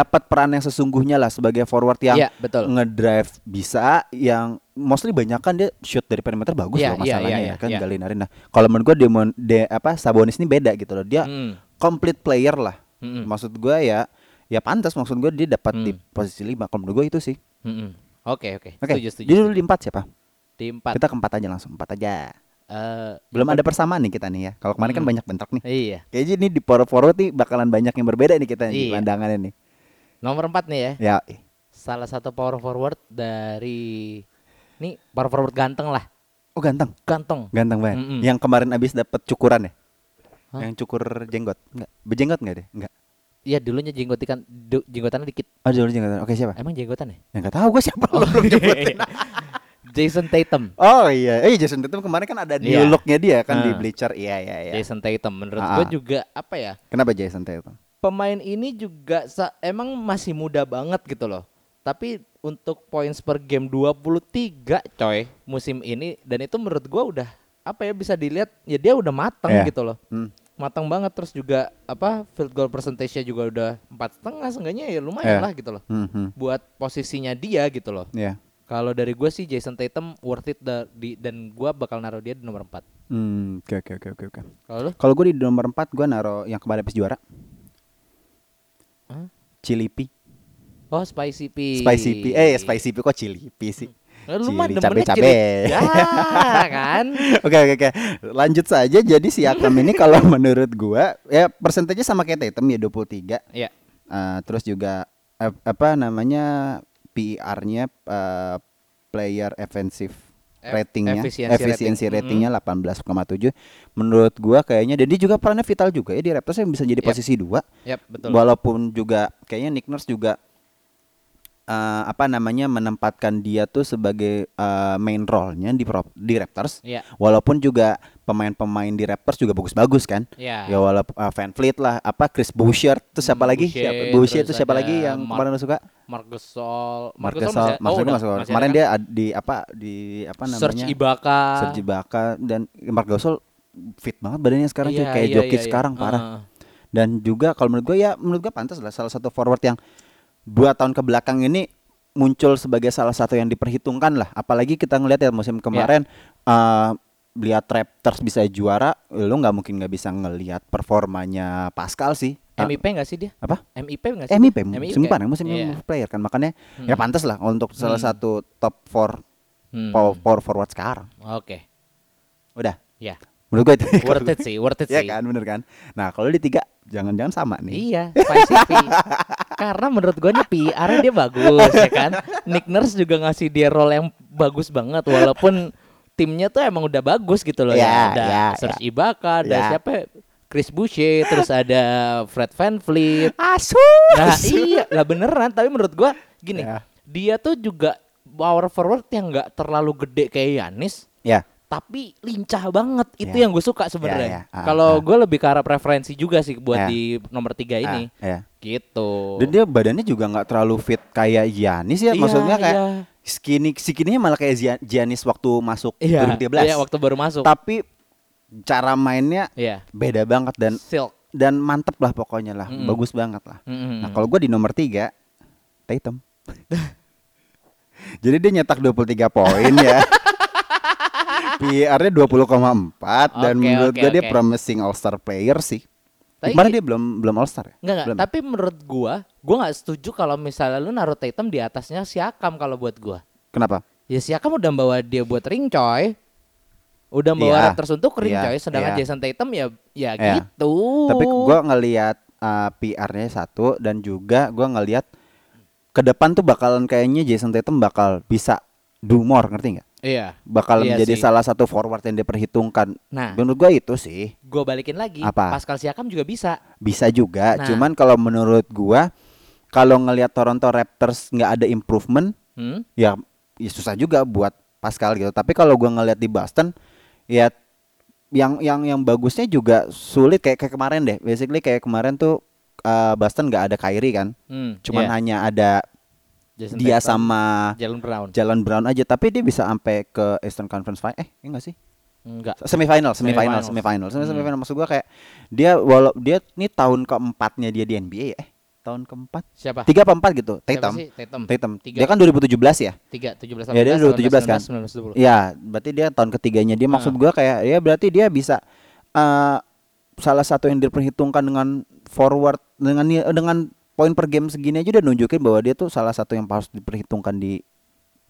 [SPEAKER 2] dapat peran yang sesungguhnya lah sebagai forward yang
[SPEAKER 1] Iya, betul.
[SPEAKER 2] ngedrive bisa yang mostly banyak kan dia shoot dari perimeter bagus
[SPEAKER 1] Iya, iya,
[SPEAKER 2] loh masalahnya
[SPEAKER 1] iya,
[SPEAKER 2] ya kan
[SPEAKER 1] iya.
[SPEAKER 2] Gallinari. Nah, kalau menurut gua Demon de, apa Sabonis ini beda gitu loh. Dia
[SPEAKER 1] Hmm.
[SPEAKER 2] complete player lah.
[SPEAKER 1] Mm-mm.
[SPEAKER 2] Maksud gua ya ya pantas maksud gua dia dapat di
[SPEAKER 1] Hmm.
[SPEAKER 2] posisi 5. Kalau menurut gua itu sih.
[SPEAKER 1] Mm-mm. Hmm, Oke, oke.
[SPEAKER 2] Oke.
[SPEAKER 1] Setuju, setuju.
[SPEAKER 2] Dia dulu di 4 siapa?
[SPEAKER 1] Di empat.
[SPEAKER 2] Kita ke 4 aja langsung, 4 aja.
[SPEAKER 1] Eh,
[SPEAKER 2] Belum ada persamaan nih kita nih ya. Kalau kemarin kan
[SPEAKER 1] Hmm.
[SPEAKER 2] banyak bentrok nih.
[SPEAKER 1] iya.
[SPEAKER 2] Kayaknya ini di power forward nih bakalan banyak yang berbeda nih kita nih
[SPEAKER 1] Iya.
[SPEAKER 2] pandangannya nih.
[SPEAKER 1] Nomor empat nih ya.
[SPEAKER 2] Ya.
[SPEAKER 1] Salah satu power forward dari nih power forward ganteng lah.
[SPEAKER 2] Oh ganteng,
[SPEAKER 1] Ganteng.
[SPEAKER 2] ganteng banget.
[SPEAKER 1] Mm-mm.
[SPEAKER 2] Yang kemarin abis dapat cukuran ya?
[SPEAKER 1] Hah?
[SPEAKER 2] Yang cukur jenggot. Enggak. Berjenggot enggak deh? Enggak.
[SPEAKER 1] Iya dulunya jenggot ikan du- jenggotannya dikit.
[SPEAKER 2] Oh, dulu jenggotan. Oke, siapa?
[SPEAKER 1] Emang jenggotan ya?
[SPEAKER 2] Ya enggak tahu gue siapa lo
[SPEAKER 1] Oh,
[SPEAKER 2] belum nyebutin.
[SPEAKER 1] iya. Jason Tatum.
[SPEAKER 2] Oh iya, eh Jason Tatum kemarin kan ada new
[SPEAKER 1] Iya.
[SPEAKER 2] look-nya dia kan di
[SPEAKER 1] Hmm.
[SPEAKER 2] Bleacher. Iya, iya, iya.
[SPEAKER 1] Jason Tatum menurut
[SPEAKER 2] Ah,
[SPEAKER 1] gua
[SPEAKER 2] ah.
[SPEAKER 1] juga apa ya?
[SPEAKER 2] Kenapa Jason Tatum?
[SPEAKER 1] Pemain ini juga sa- emang masih muda banget gitu loh. Tapi untuk points per game 23 coy musim ini dan itu menurut gua udah apa ya bisa dilihat ya dia udah matang
[SPEAKER 2] Iya.
[SPEAKER 1] gitu loh.
[SPEAKER 2] Hmm.
[SPEAKER 1] matang banget terus juga apa field goal percentage-nya juga udah empat setengah seenggaknya ya lumayan
[SPEAKER 2] Iya.
[SPEAKER 1] lah gitu loh
[SPEAKER 2] Hmm, hmm.
[SPEAKER 1] buat posisinya dia gitu loh
[SPEAKER 2] Iya.
[SPEAKER 1] kalau dari gue sih Jason Tatum worth it da- di, dan gue bakal naruh dia di nomor 4
[SPEAKER 2] Hmm, oke oke oke oke oke.
[SPEAKER 1] kalau lu
[SPEAKER 2] Kalau gue di nomor 4 gue naro yang kemarin habis juara.
[SPEAKER 1] Hah?
[SPEAKER 2] Cilipi.
[SPEAKER 1] oh spicy P
[SPEAKER 2] Spicy P. Eh, Spicy P kok Cilipi sih?
[SPEAKER 1] Eh, lu mah
[SPEAKER 2] Cili,
[SPEAKER 1] demennya
[SPEAKER 2] cabe-cabe.
[SPEAKER 1] cili- ya kan
[SPEAKER 2] Oke oke oke. Lanjut saja. Jadi si Akam ini kalau menurut gua ya persentase sama kayak Tatum ya 23.
[SPEAKER 1] ya
[SPEAKER 2] Eh, terus juga ap- apa namanya PER-nya eh, player offensive
[SPEAKER 1] Ef-
[SPEAKER 2] ratingnya
[SPEAKER 1] efficiency
[SPEAKER 2] efisiensi
[SPEAKER 1] E-, rating. Mm-hmm.
[SPEAKER 2] ratingnya 18,7 menurut gua kayaknya dan dia juga perannya vital juga ya di Raptors yang bisa jadi
[SPEAKER 1] Yap.
[SPEAKER 2] posisi dua
[SPEAKER 1] Yap, Iya. betul
[SPEAKER 2] walaupun juga kayaknya Nick Nurse juga eh, apa namanya menempatkan dia tuh sebagai eh, main role-nya di prop- di Raptors
[SPEAKER 1] ya
[SPEAKER 2] walaupun juga pemain-pemain di Raptors juga bagus-bagus kan
[SPEAKER 1] ya
[SPEAKER 2] Ya walaupun Van Fleet lah, apa Chris Boucher, terus siapa
[SPEAKER 1] Hmm,
[SPEAKER 2] lagi?
[SPEAKER 1] Boucher,
[SPEAKER 2] siapa Boucher
[SPEAKER 1] terus
[SPEAKER 2] terus siapa
[SPEAKER 1] ada
[SPEAKER 2] lagi yang
[SPEAKER 1] Marc-
[SPEAKER 2] kemarin lu suka?
[SPEAKER 1] Marcus Sol
[SPEAKER 2] Marc
[SPEAKER 1] Gasol
[SPEAKER 2] Gasol.
[SPEAKER 1] masih- oh,
[SPEAKER 2] Marc
[SPEAKER 1] udah,
[SPEAKER 2] Gasol, Marc Gasol.
[SPEAKER 1] masih ada
[SPEAKER 2] Kemarin
[SPEAKER 1] kan?
[SPEAKER 2] dia ad- di apa di apa namanya?
[SPEAKER 1] Serge Ibaka
[SPEAKER 2] Serge Ibaka dan Marc Gasol fit banget badannya sekarang cuy,
[SPEAKER 1] Iya,
[SPEAKER 2] kayak
[SPEAKER 1] iya,
[SPEAKER 2] joki
[SPEAKER 1] iya, iya.
[SPEAKER 2] sekarang parah.
[SPEAKER 1] Heeh.
[SPEAKER 2] Dan juga kalau menurut gue ya menurut gue pantas lah salah satu forward yang dua tahun ke belakang ini muncul sebagai salah satu yang diperhitungkan lah. Apalagi kita ngelihat ya musim kemarin
[SPEAKER 1] Ya.
[SPEAKER 2] eh lihat Raptors bisa juara, lu nggak mungkin nggak bisa ngelihat performanya Pascal sih. Eh,
[SPEAKER 1] MIP gak sih dia?
[SPEAKER 2] apa?
[SPEAKER 1] MIP gak sih?
[SPEAKER 2] MIP
[SPEAKER 1] dia?
[SPEAKER 2] musim kemarin musim
[SPEAKER 1] Iya.
[SPEAKER 2] player kan makanya ya
[SPEAKER 1] Hmm.
[SPEAKER 2] pantas lah untuk salah
[SPEAKER 1] Hmm.
[SPEAKER 2] satu top 4
[SPEAKER 1] Hmm.
[SPEAKER 2] power, power forward sekarang.
[SPEAKER 1] Oke.
[SPEAKER 2] Udah.
[SPEAKER 1] Ya.
[SPEAKER 2] Menurut gue itu.
[SPEAKER 1] Worth it sih, worth it
[SPEAKER 2] ya
[SPEAKER 1] sih.
[SPEAKER 2] kan, bener kan? Nah, kalau di tiga jangan-jangan sama nih.
[SPEAKER 1] Iya, spicy P. Karena menurut gue nih PR -nya dia bagus ya kan. Nick Nurse juga ngasih dia role yang bagus banget walaupun timnya tuh emang udah bagus gitu loh
[SPEAKER 2] Iya,
[SPEAKER 1] ya. Ada
[SPEAKER 2] iya,
[SPEAKER 1] Serge Ibaka, ada
[SPEAKER 2] Iya.
[SPEAKER 1] siapa? Chris Boucher, terus ada Fred VanVleet.
[SPEAKER 2] Asu.
[SPEAKER 1] Nah, iya, lah beneran, tapi menurut gua gini,
[SPEAKER 2] Iya.
[SPEAKER 1] dia tuh juga power forward yang nggak terlalu gede kayak Yanis.
[SPEAKER 2] Ya.
[SPEAKER 1] tapi lincah banget itu
[SPEAKER 2] Ya.
[SPEAKER 1] yang gue suka sebenarnya
[SPEAKER 2] Ya, ya. Ah,
[SPEAKER 1] kalau
[SPEAKER 2] ah.
[SPEAKER 1] gue lebih ke arah preferensi juga sih buat
[SPEAKER 2] Ya.
[SPEAKER 1] di nomor tiga ini
[SPEAKER 2] Ah, ya.
[SPEAKER 1] gitu
[SPEAKER 2] Dan dia badannya juga nggak terlalu fit kayak Giannis
[SPEAKER 1] Iya,
[SPEAKER 2] ya, maksudnya kayak
[SPEAKER 1] iya.
[SPEAKER 2] skinny, skinny-nya malah kayak Gia- Giannis waktu masuk
[SPEAKER 1] iya iya,
[SPEAKER 2] 2013.
[SPEAKER 1] waktu baru masuk
[SPEAKER 2] Tapi cara mainnya
[SPEAKER 1] iya
[SPEAKER 2] beda banget dan
[SPEAKER 1] silk
[SPEAKER 2] dan mantep lah pokoknya lah,
[SPEAKER 1] Mm-mm.
[SPEAKER 2] bagus banget lah.
[SPEAKER 1] Mm-mm.
[SPEAKER 2] Nah kalau gue di nomor 3 Tatum Jadi dia nyetak 23 poin ya PR-nya 20,4 dan
[SPEAKER 1] Oke,
[SPEAKER 2] menurut
[SPEAKER 1] oke,
[SPEAKER 2] gue dia
[SPEAKER 1] oke.
[SPEAKER 2] promising All Star player sih.
[SPEAKER 1] Tapi
[SPEAKER 2] Kemarin
[SPEAKER 1] ki-
[SPEAKER 2] dia belum belum All Star ya?
[SPEAKER 1] Enggak, enggak.
[SPEAKER 2] Belum.
[SPEAKER 1] Tapi menurut gua, gua nggak setuju kalau misalnya lu naruh Tatum di atasnya Siakam kalau buat gua.
[SPEAKER 2] Kenapa?
[SPEAKER 1] Ya Siakam udah bawa dia buat ring coy. Udah bawa
[SPEAKER 2] Iya.
[SPEAKER 1] Raptors untuk ring
[SPEAKER 2] Iya,
[SPEAKER 1] coy, sedangkan
[SPEAKER 2] iya.
[SPEAKER 1] Jason Tatum ya ya
[SPEAKER 2] Iya.
[SPEAKER 1] gitu.
[SPEAKER 2] Tapi gua ngelihat uh, PR-nya satu dan juga gua ngelihat ke depan tuh bakalan kayaknya Jason Tatum bakal bisa do more, ngerti nggak?
[SPEAKER 1] iya.
[SPEAKER 2] Bakal
[SPEAKER 1] Iya
[SPEAKER 2] menjadi
[SPEAKER 1] sih.
[SPEAKER 2] salah satu forward yang diperhitungkan.
[SPEAKER 1] Nah.
[SPEAKER 2] Menurut gua itu sih
[SPEAKER 1] Gua balikin lagi.
[SPEAKER 2] Apa?
[SPEAKER 1] Pascal Siakam juga bisa.
[SPEAKER 2] bisa juga.
[SPEAKER 1] Nah.
[SPEAKER 2] Cuman kalau menurut gua kalau ngelihat Toronto Raptors nggak ada improvement,
[SPEAKER 1] Hmm?
[SPEAKER 2] ya, ya susah juga buat Pascal gitu. Tapi kalau gua ngelihat di Boston ya yang yang yang bagusnya juga sulit kayak kayak kemarin deh. Basically kayak kemarin tuh uh, Boston nggak ada Kyrie kan.
[SPEAKER 1] Hmm,
[SPEAKER 2] Cuman
[SPEAKER 1] iya.
[SPEAKER 2] hanya ada
[SPEAKER 1] Jason
[SPEAKER 2] dia
[SPEAKER 1] Tatum,
[SPEAKER 2] sama
[SPEAKER 1] Jalen Brown.
[SPEAKER 2] Jalan Brown aja tapi dia bisa sampai ke Eastern Conference Final. Eh, enggak sih?
[SPEAKER 1] Enggak.
[SPEAKER 2] Semifinal, semifinal,
[SPEAKER 1] Semifinals.
[SPEAKER 2] semifinal. Semi-
[SPEAKER 1] Hmm.
[SPEAKER 2] Semifinal maksud gua kayak dia walau dia ini tahun keempatnya dia di NBA ya. Eh, tahun keempat.
[SPEAKER 1] Siapa?
[SPEAKER 2] Tiga apa empat gitu.
[SPEAKER 1] Siapa
[SPEAKER 2] Tatum.
[SPEAKER 1] sih? Tatum.
[SPEAKER 2] Tatum.
[SPEAKER 1] Tiga.
[SPEAKER 2] Dia kan 2017 ya?
[SPEAKER 1] Tiga, 17,
[SPEAKER 2] Ya, dia 2017 kan?
[SPEAKER 1] 19, 20.
[SPEAKER 2] Iya, berarti dia tahun ketiganya dia
[SPEAKER 1] Ah.
[SPEAKER 2] maksud gua kayak ya berarti dia bisa eh salah satu yang diperhitungkan dengan forward dengan ni- dengan poin per game segini aja udah nunjukin bahwa dia tuh salah satu yang harus diperhitungkan di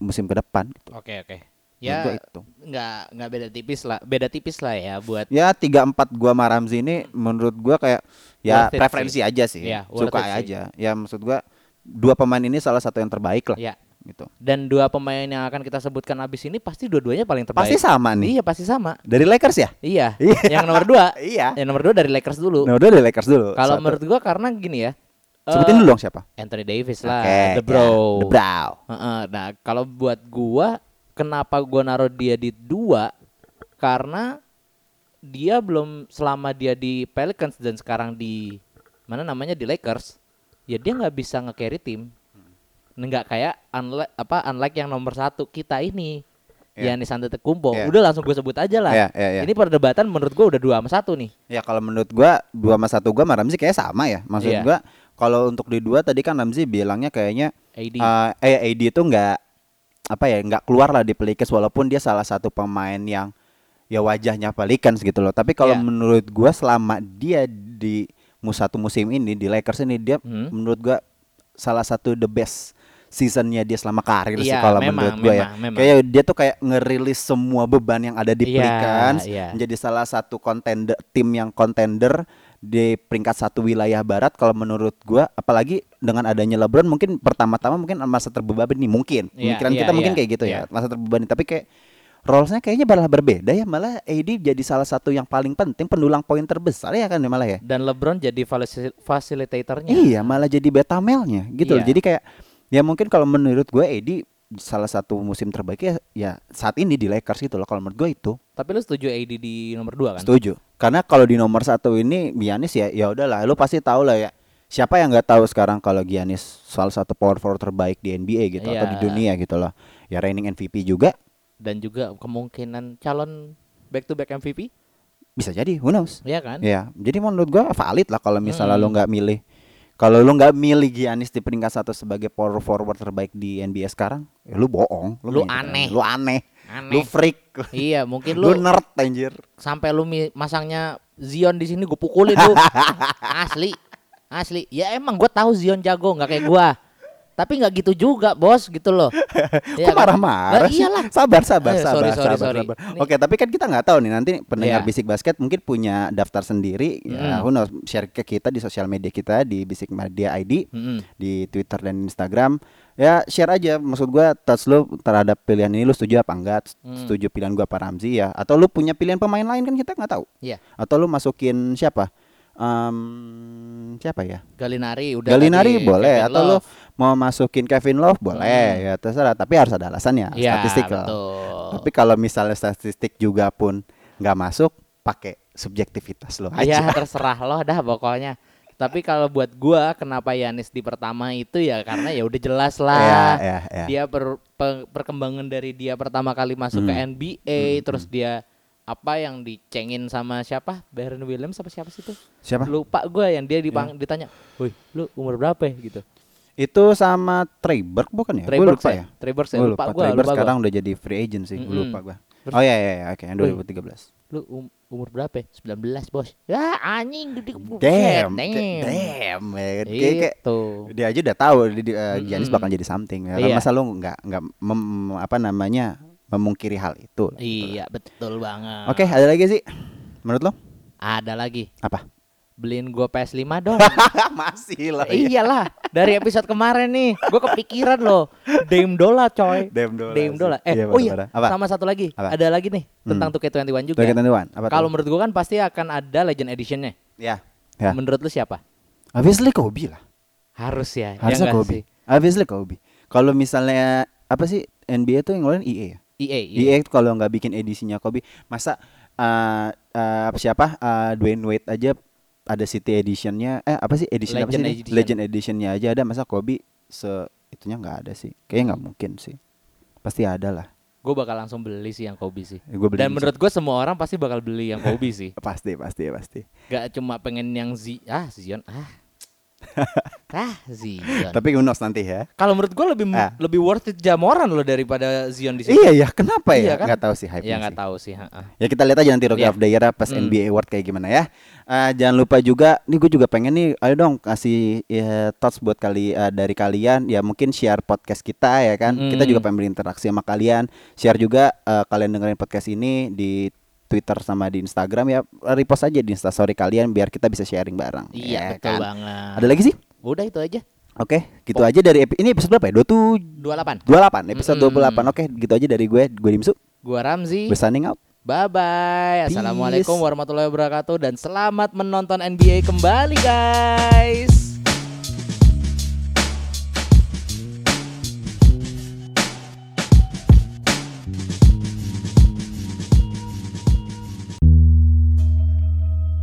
[SPEAKER 2] musim ke depan gitu.
[SPEAKER 1] Oke, oke.
[SPEAKER 2] Menurut gua
[SPEAKER 1] Ya,
[SPEAKER 2] itu.
[SPEAKER 1] nggak nggak beda tipis lah. Beda tipis lah ya buat
[SPEAKER 2] Ya tiga empat gua sama Ramzi ini menurut gua kayak ya
[SPEAKER 1] Worth it
[SPEAKER 2] preferensi aja sih,
[SPEAKER 1] Iya, worth
[SPEAKER 2] suka
[SPEAKER 1] it sih.
[SPEAKER 2] aja. Ya maksud gua dua pemain ini salah satu yang terbaik lah
[SPEAKER 1] ya.
[SPEAKER 2] gitu.
[SPEAKER 1] Dan dua pemain yang akan kita sebutkan abis ini pasti dua-duanya paling terbaik.
[SPEAKER 2] Pasti sama
[SPEAKER 1] Iya
[SPEAKER 2] nih.
[SPEAKER 1] pasti sama.
[SPEAKER 2] Dari Lakers ya?
[SPEAKER 1] Iya.
[SPEAKER 2] Iya.
[SPEAKER 1] yang nomor dua.
[SPEAKER 2] Iya.
[SPEAKER 1] Yang nomor dua dari Lakers dulu.
[SPEAKER 2] Nah, udah dari Lakers dulu.
[SPEAKER 1] Kalau
[SPEAKER 2] Satu.
[SPEAKER 1] menurut gua karena gini ya. eh,
[SPEAKER 2] sebutin dulu dong siapa?
[SPEAKER 1] Anthony Davis lah,
[SPEAKER 2] Oke,
[SPEAKER 1] the bro.
[SPEAKER 2] ya, the bro.
[SPEAKER 1] Heeh, nah kalau buat gua, kenapa gua naruh dia di dua? Karena dia belum selama dia di Pelicans dan sekarang di mana namanya di Lakers, ya dia nggak bisa nge-carry tim.
[SPEAKER 2] Hmm.
[SPEAKER 1] Nggak kayak unlike, apa unlike yang nomor satu kita ini.
[SPEAKER 2] Iya.
[SPEAKER 1] Yanis Antetokounmpo.
[SPEAKER 2] Iya.
[SPEAKER 1] Udah langsung gue sebut aja lah.
[SPEAKER 2] Iya, iya, iya.
[SPEAKER 1] Ini perdebatan menurut gua udah dua sama satu nih.
[SPEAKER 2] Ya kalau menurut gua dua sama satu gua sama Ramzi kayak sama ya. Maksud
[SPEAKER 1] Iya.
[SPEAKER 2] gua kalau untuk di dua tadi kan Ramzi bilangnya kayaknya
[SPEAKER 1] AD.
[SPEAKER 2] eh eh AD itu nggak apa ya nggak keluar lah di Pelicans walaupun dia salah satu pemain yang ya wajahnya Pelicans gitu loh. Tapi kalau
[SPEAKER 1] Iya.
[SPEAKER 2] menurut gua selama dia di mu- satu musim ini di Lakers ini dia
[SPEAKER 1] Hmm.
[SPEAKER 2] menurut gua salah satu the best seasonnya dia selama karir sih
[SPEAKER 1] Iya,
[SPEAKER 2] kalau
[SPEAKER 1] memang,
[SPEAKER 2] menurut gua ya.
[SPEAKER 1] memang, memang.
[SPEAKER 2] Kayak dia tuh kayak ngerilis semua beban yang ada
[SPEAKER 1] Iya,
[SPEAKER 2] di Pelicans
[SPEAKER 1] iya.
[SPEAKER 2] menjadi salah satu kontender tim yang kontender di peringkat satu wilayah barat kalau menurut gua apalagi dengan adanya LeBron mungkin pertama-tama mungkin masa terbebani nih mungkin
[SPEAKER 1] Iya,
[SPEAKER 2] pemikiran
[SPEAKER 1] iya,
[SPEAKER 2] kita mungkin
[SPEAKER 1] iya,
[SPEAKER 2] kayak gitu
[SPEAKER 1] iya.
[SPEAKER 2] ya masa terbebani tapi kayak Rollsnya kayaknya malah berbeda ya malah AD jadi salah satu yang paling penting pendulang poin terbesar ya kan ya malah ya
[SPEAKER 1] Dan LeBron jadi fasil- fasilitatornya.
[SPEAKER 2] Iya, malah jadi beta male-nya gitu. loh.
[SPEAKER 1] Iya.
[SPEAKER 2] Jadi kayak ya mungkin kalau menurut gue Edi salah satu musim terbaik ya, ya saat ini di Lakers gitu loh kalau menurut gue itu.
[SPEAKER 1] Tapi lu setuju AD di nomor dua kan?
[SPEAKER 2] Setuju. Karena kalau di nomor satu ini Giannis ya ya udahlah lu pasti tahu lah ya. Siapa yang nggak tahu sekarang kalau Giannis salah satu power forward terbaik di NBA gitu atau di
[SPEAKER 1] Iya.
[SPEAKER 2] dunia gitu loh. Ya reigning MVP juga
[SPEAKER 1] dan juga kemungkinan calon back to back MVP
[SPEAKER 2] bisa jadi who knows.
[SPEAKER 1] ya kan
[SPEAKER 2] Ya, jadi menurut gua valid lah kalau
[SPEAKER 1] Mm.
[SPEAKER 2] misalnya lu nggak milih kalau lu nggak milih Giannis di peringkat satu sebagai power forward terbaik di NBA sekarang, ya lu bohong,
[SPEAKER 1] Lu
[SPEAKER 2] nggak
[SPEAKER 1] aneh.
[SPEAKER 2] Lu aneh.
[SPEAKER 1] Aneh.
[SPEAKER 2] Lu freak.
[SPEAKER 1] iya mungkin
[SPEAKER 2] Lu,
[SPEAKER 1] lu
[SPEAKER 2] nerd anjir.
[SPEAKER 1] sampai lu mi- masangnya Zion di sini gue pukulin lu asli asli ya emang gue tahu Zion jago nggak kayak gua tapi nggak gitu juga bos gitu loh Iya kan?
[SPEAKER 2] Kok marah-marah
[SPEAKER 1] Lah
[SPEAKER 2] sih?
[SPEAKER 1] iyalah
[SPEAKER 2] Sabar, sabar,
[SPEAKER 1] Eh,
[SPEAKER 2] sabar,
[SPEAKER 1] sorry, sorry,
[SPEAKER 2] sabar,
[SPEAKER 1] sorry.
[SPEAKER 2] sabar.
[SPEAKER 1] Ini-
[SPEAKER 2] Oke, tapi kan kita nggak tahu nih nanti pendengar
[SPEAKER 1] Iya.
[SPEAKER 2] Bisik Basket mungkin punya daftar sendiri.
[SPEAKER 1] Mm.
[SPEAKER 2] Ya, who knows, share ke kita di sosial media kita di Bisik Media ID.
[SPEAKER 1] Mm-mm.
[SPEAKER 2] di Twitter dan Instagram ya share aja maksud gua touch lu terhadap pilihan ini lu setuju apa enggak
[SPEAKER 1] Hmm.
[SPEAKER 2] setuju pilihan gua apa Ramzi ya atau lu punya pilihan pemain lain kan kita nggak tahu
[SPEAKER 1] Iya.
[SPEAKER 2] atau lu masukin siapa Em, siapa ya
[SPEAKER 1] Galinari udah
[SPEAKER 2] Galinari
[SPEAKER 1] tadi,
[SPEAKER 2] boleh
[SPEAKER 1] Kevin
[SPEAKER 2] atau lu
[SPEAKER 1] Love. Hmm.
[SPEAKER 2] mau masukin Kevin Love boleh ya terserah tapi harus ada alasannya
[SPEAKER 1] Iya,
[SPEAKER 2] statistik lah.
[SPEAKER 1] betul.
[SPEAKER 2] tapi kalau misalnya statistik juga pun nggak masuk pakai subjektivitas lo
[SPEAKER 1] Ya
[SPEAKER 2] aja
[SPEAKER 1] terserah lo dah pokoknya. Tapi kalau buat gua kenapa Yanis di pertama itu ya karena ya udah jelas lah.
[SPEAKER 2] Ya, ya, ya.
[SPEAKER 1] Dia per- pe- perkembangan dari dia pertama kali masuk ke
[SPEAKER 2] Hmm,
[SPEAKER 1] NBA terus dia apa yang dicengin sama siapa? Baron Williams apa siapa sih itu?
[SPEAKER 2] siapa
[SPEAKER 1] Lupa gua yang dia dipang-
[SPEAKER 2] Iya.
[SPEAKER 1] ditanya, "Woi, lu umur berapa ya?" gitu.
[SPEAKER 2] itu sama Trey Burke bukan ya Gua
[SPEAKER 1] Trey Burks
[SPEAKER 2] lupa
[SPEAKER 1] ya? Trey Burks ya?
[SPEAKER 2] Gua
[SPEAKER 1] lupa
[SPEAKER 2] Oh, lupa,
[SPEAKER 1] gua,
[SPEAKER 2] Trey Burke
[SPEAKER 1] lupa gua.
[SPEAKER 2] sekarang udah jadi free agent sih, gua
[SPEAKER 1] Mm-mm.
[SPEAKER 2] lupa gua. Oh iya iya iya, oke yang 2013.
[SPEAKER 1] Lu um- umur berapa? ya? 19, Bos. Ya, anjing gede Gitu.
[SPEAKER 2] Damn,
[SPEAKER 1] buset,
[SPEAKER 2] damn, damn. man. Kayak, kayak
[SPEAKER 1] Itu.
[SPEAKER 2] dia aja udah tahu di- di- eh,
[SPEAKER 1] Mm-mm.
[SPEAKER 2] Giannis bakal jadi something. Ya, kan?
[SPEAKER 1] Iya.
[SPEAKER 2] Masa lu nggak nggak mem- apa namanya memungkiri hal itu? lah, gitu lah.
[SPEAKER 1] Iya, betul banget.
[SPEAKER 2] Oke, ada lagi sih menurut lo
[SPEAKER 1] Ada lagi.
[SPEAKER 2] apa?
[SPEAKER 1] Beliin gua PS5 dong.
[SPEAKER 2] Masih lah. Iya.
[SPEAKER 1] Iyalah, dari episode kemarin nih, gua kepikiran loh. Dame Dola, coy.
[SPEAKER 2] Dame Dola
[SPEAKER 1] Dame
[SPEAKER 2] sih.
[SPEAKER 1] Dola. Eh,
[SPEAKER 2] Iya,
[SPEAKER 1] oh iya,
[SPEAKER 2] benar-benar. Apa?
[SPEAKER 1] sama satu lagi.
[SPEAKER 2] Apa? Hmm.
[SPEAKER 1] Ada lagi nih tentang 2K21 juga.
[SPEAKER 2] apa? tuh?
[SPEAKER 1] Kalau menurut gua kan pasti akan ada Legend Editionnya.
[SPEAKER 2] ya. Ya.
[SPEAKER 1] Menurut lu siapa?
[SPEAKER 2] Obviously Kobe lah.
[SPEAKER 1] Harus ya. ya
[SPEAKER 2] Harusnya
[SPEAKER 1] nggak
[SPEAKER 2] Kobe.
[SPEAKER 1] sih?
[SPEAKER 2] Obviously Kobe. Kalau misalnya apa sih NBA tuh yang ngeluarin EA ya?
[SPEAKER 1] EA.
[SPEAKER 2] EA tuh kalau nggak bikin edisinya Kobe, masa eh, eh, siapa eh, Dwayne Wade aja ada City Editionnya? Eh apa sih edition apa sih?
[SPEAKER 1] Legend
[SPEAKER 2] ini?
[SPEAKER 1] Edition.
[SPEAKER 2] Legend Editionnya aja ada, masa Kobe se itunya nggak ada sih? Kayaknya nggak mungkin sih. Pasti ada lah.
[SPEAKER 1] Gue bakal langsung beli sih yang Kobe sih.
[SPEAKER 2] Gua beli
[SPEAKER 1] Dan
[SPEAKER 2] sih.
[SPEAKER 1] menurut gue semua orang pasti bakal beli yang Kobe sih.
[SPEAKER 2] Pasti pasti pasti.
[SPEAKER 1] Gak cuma pengen yang Z ah Zion ah ah Zion.
[SPEAKER 2] Tapi Unos nanti ya.
[SPEAKER 1] Kalau menurut gue lebih
[SPEAKER 2] Ah.
[SPEAKER 1] lebih worth it Jamoran loh daripada Zion di sini.
[SPEAKER 2] Iya ya, kenapa ya?
[SPEAKER 1] Iya kan?
[SPEAKER 2] Nggak tahu sih hype
[SPEAKER 1] Ya nggak tahu sih. ha, ha.
[SPEAKER 2] Ya kita lihat aja nanti Rookie
[SPEAKER 1] Iya.
[SPEAKER 2] of the Year pas
[SPEAKER 1] Hmm.
[SPEAKER 2] NBA Award kayak gimana ya. Eh, jangan lupa juga, nih gue juga pengen nih, ayo dong kasih ya, thoughts buat kali eh, dari kalian. Ya mungkin share podcast kita ya kan. Kita
[SPEAKER 1] Hmm.
[SPEAKER 2] juga pengen berinteraksi sama kalian. Share juga eh, kalian dengerin podcast ini di Twitter sama di Instagram ya. Repost aja di Instastory kalian biar kita bisa sharing bareng.
[SPEAKER 1] Iya
[SPEAKER 2] ya
[SPEAKER 1] betul
[SPEAKER 2] kan?
[SPEAKER 1] banget. Oh.
[SPEAKER 2] Ada lagi sih?
[SPEAKER 1] Udah itu aja.
[SPEAKER 2] Oke, gitu aja dari epi- ini episode berapa ya? 27
[SPEAKER 1] 28.
[SPEAKER 2] 28 episode
[SPEAKER 1] Mm-mm.
[SPEAKER 2] 28. Oke, gitu aja dari gue. Gue Dimsu.
[SPEAKER 1] Gua Ramzi.
[SPEAKER 2] We're signing out.
[SPEAKER 1] Bye bye.
[SPEAKER 2] Peace.
[SPEAKER 1] Assalamualaikum warahmatullahi wabarakatuh dan selamat menonton NBA kembali guys.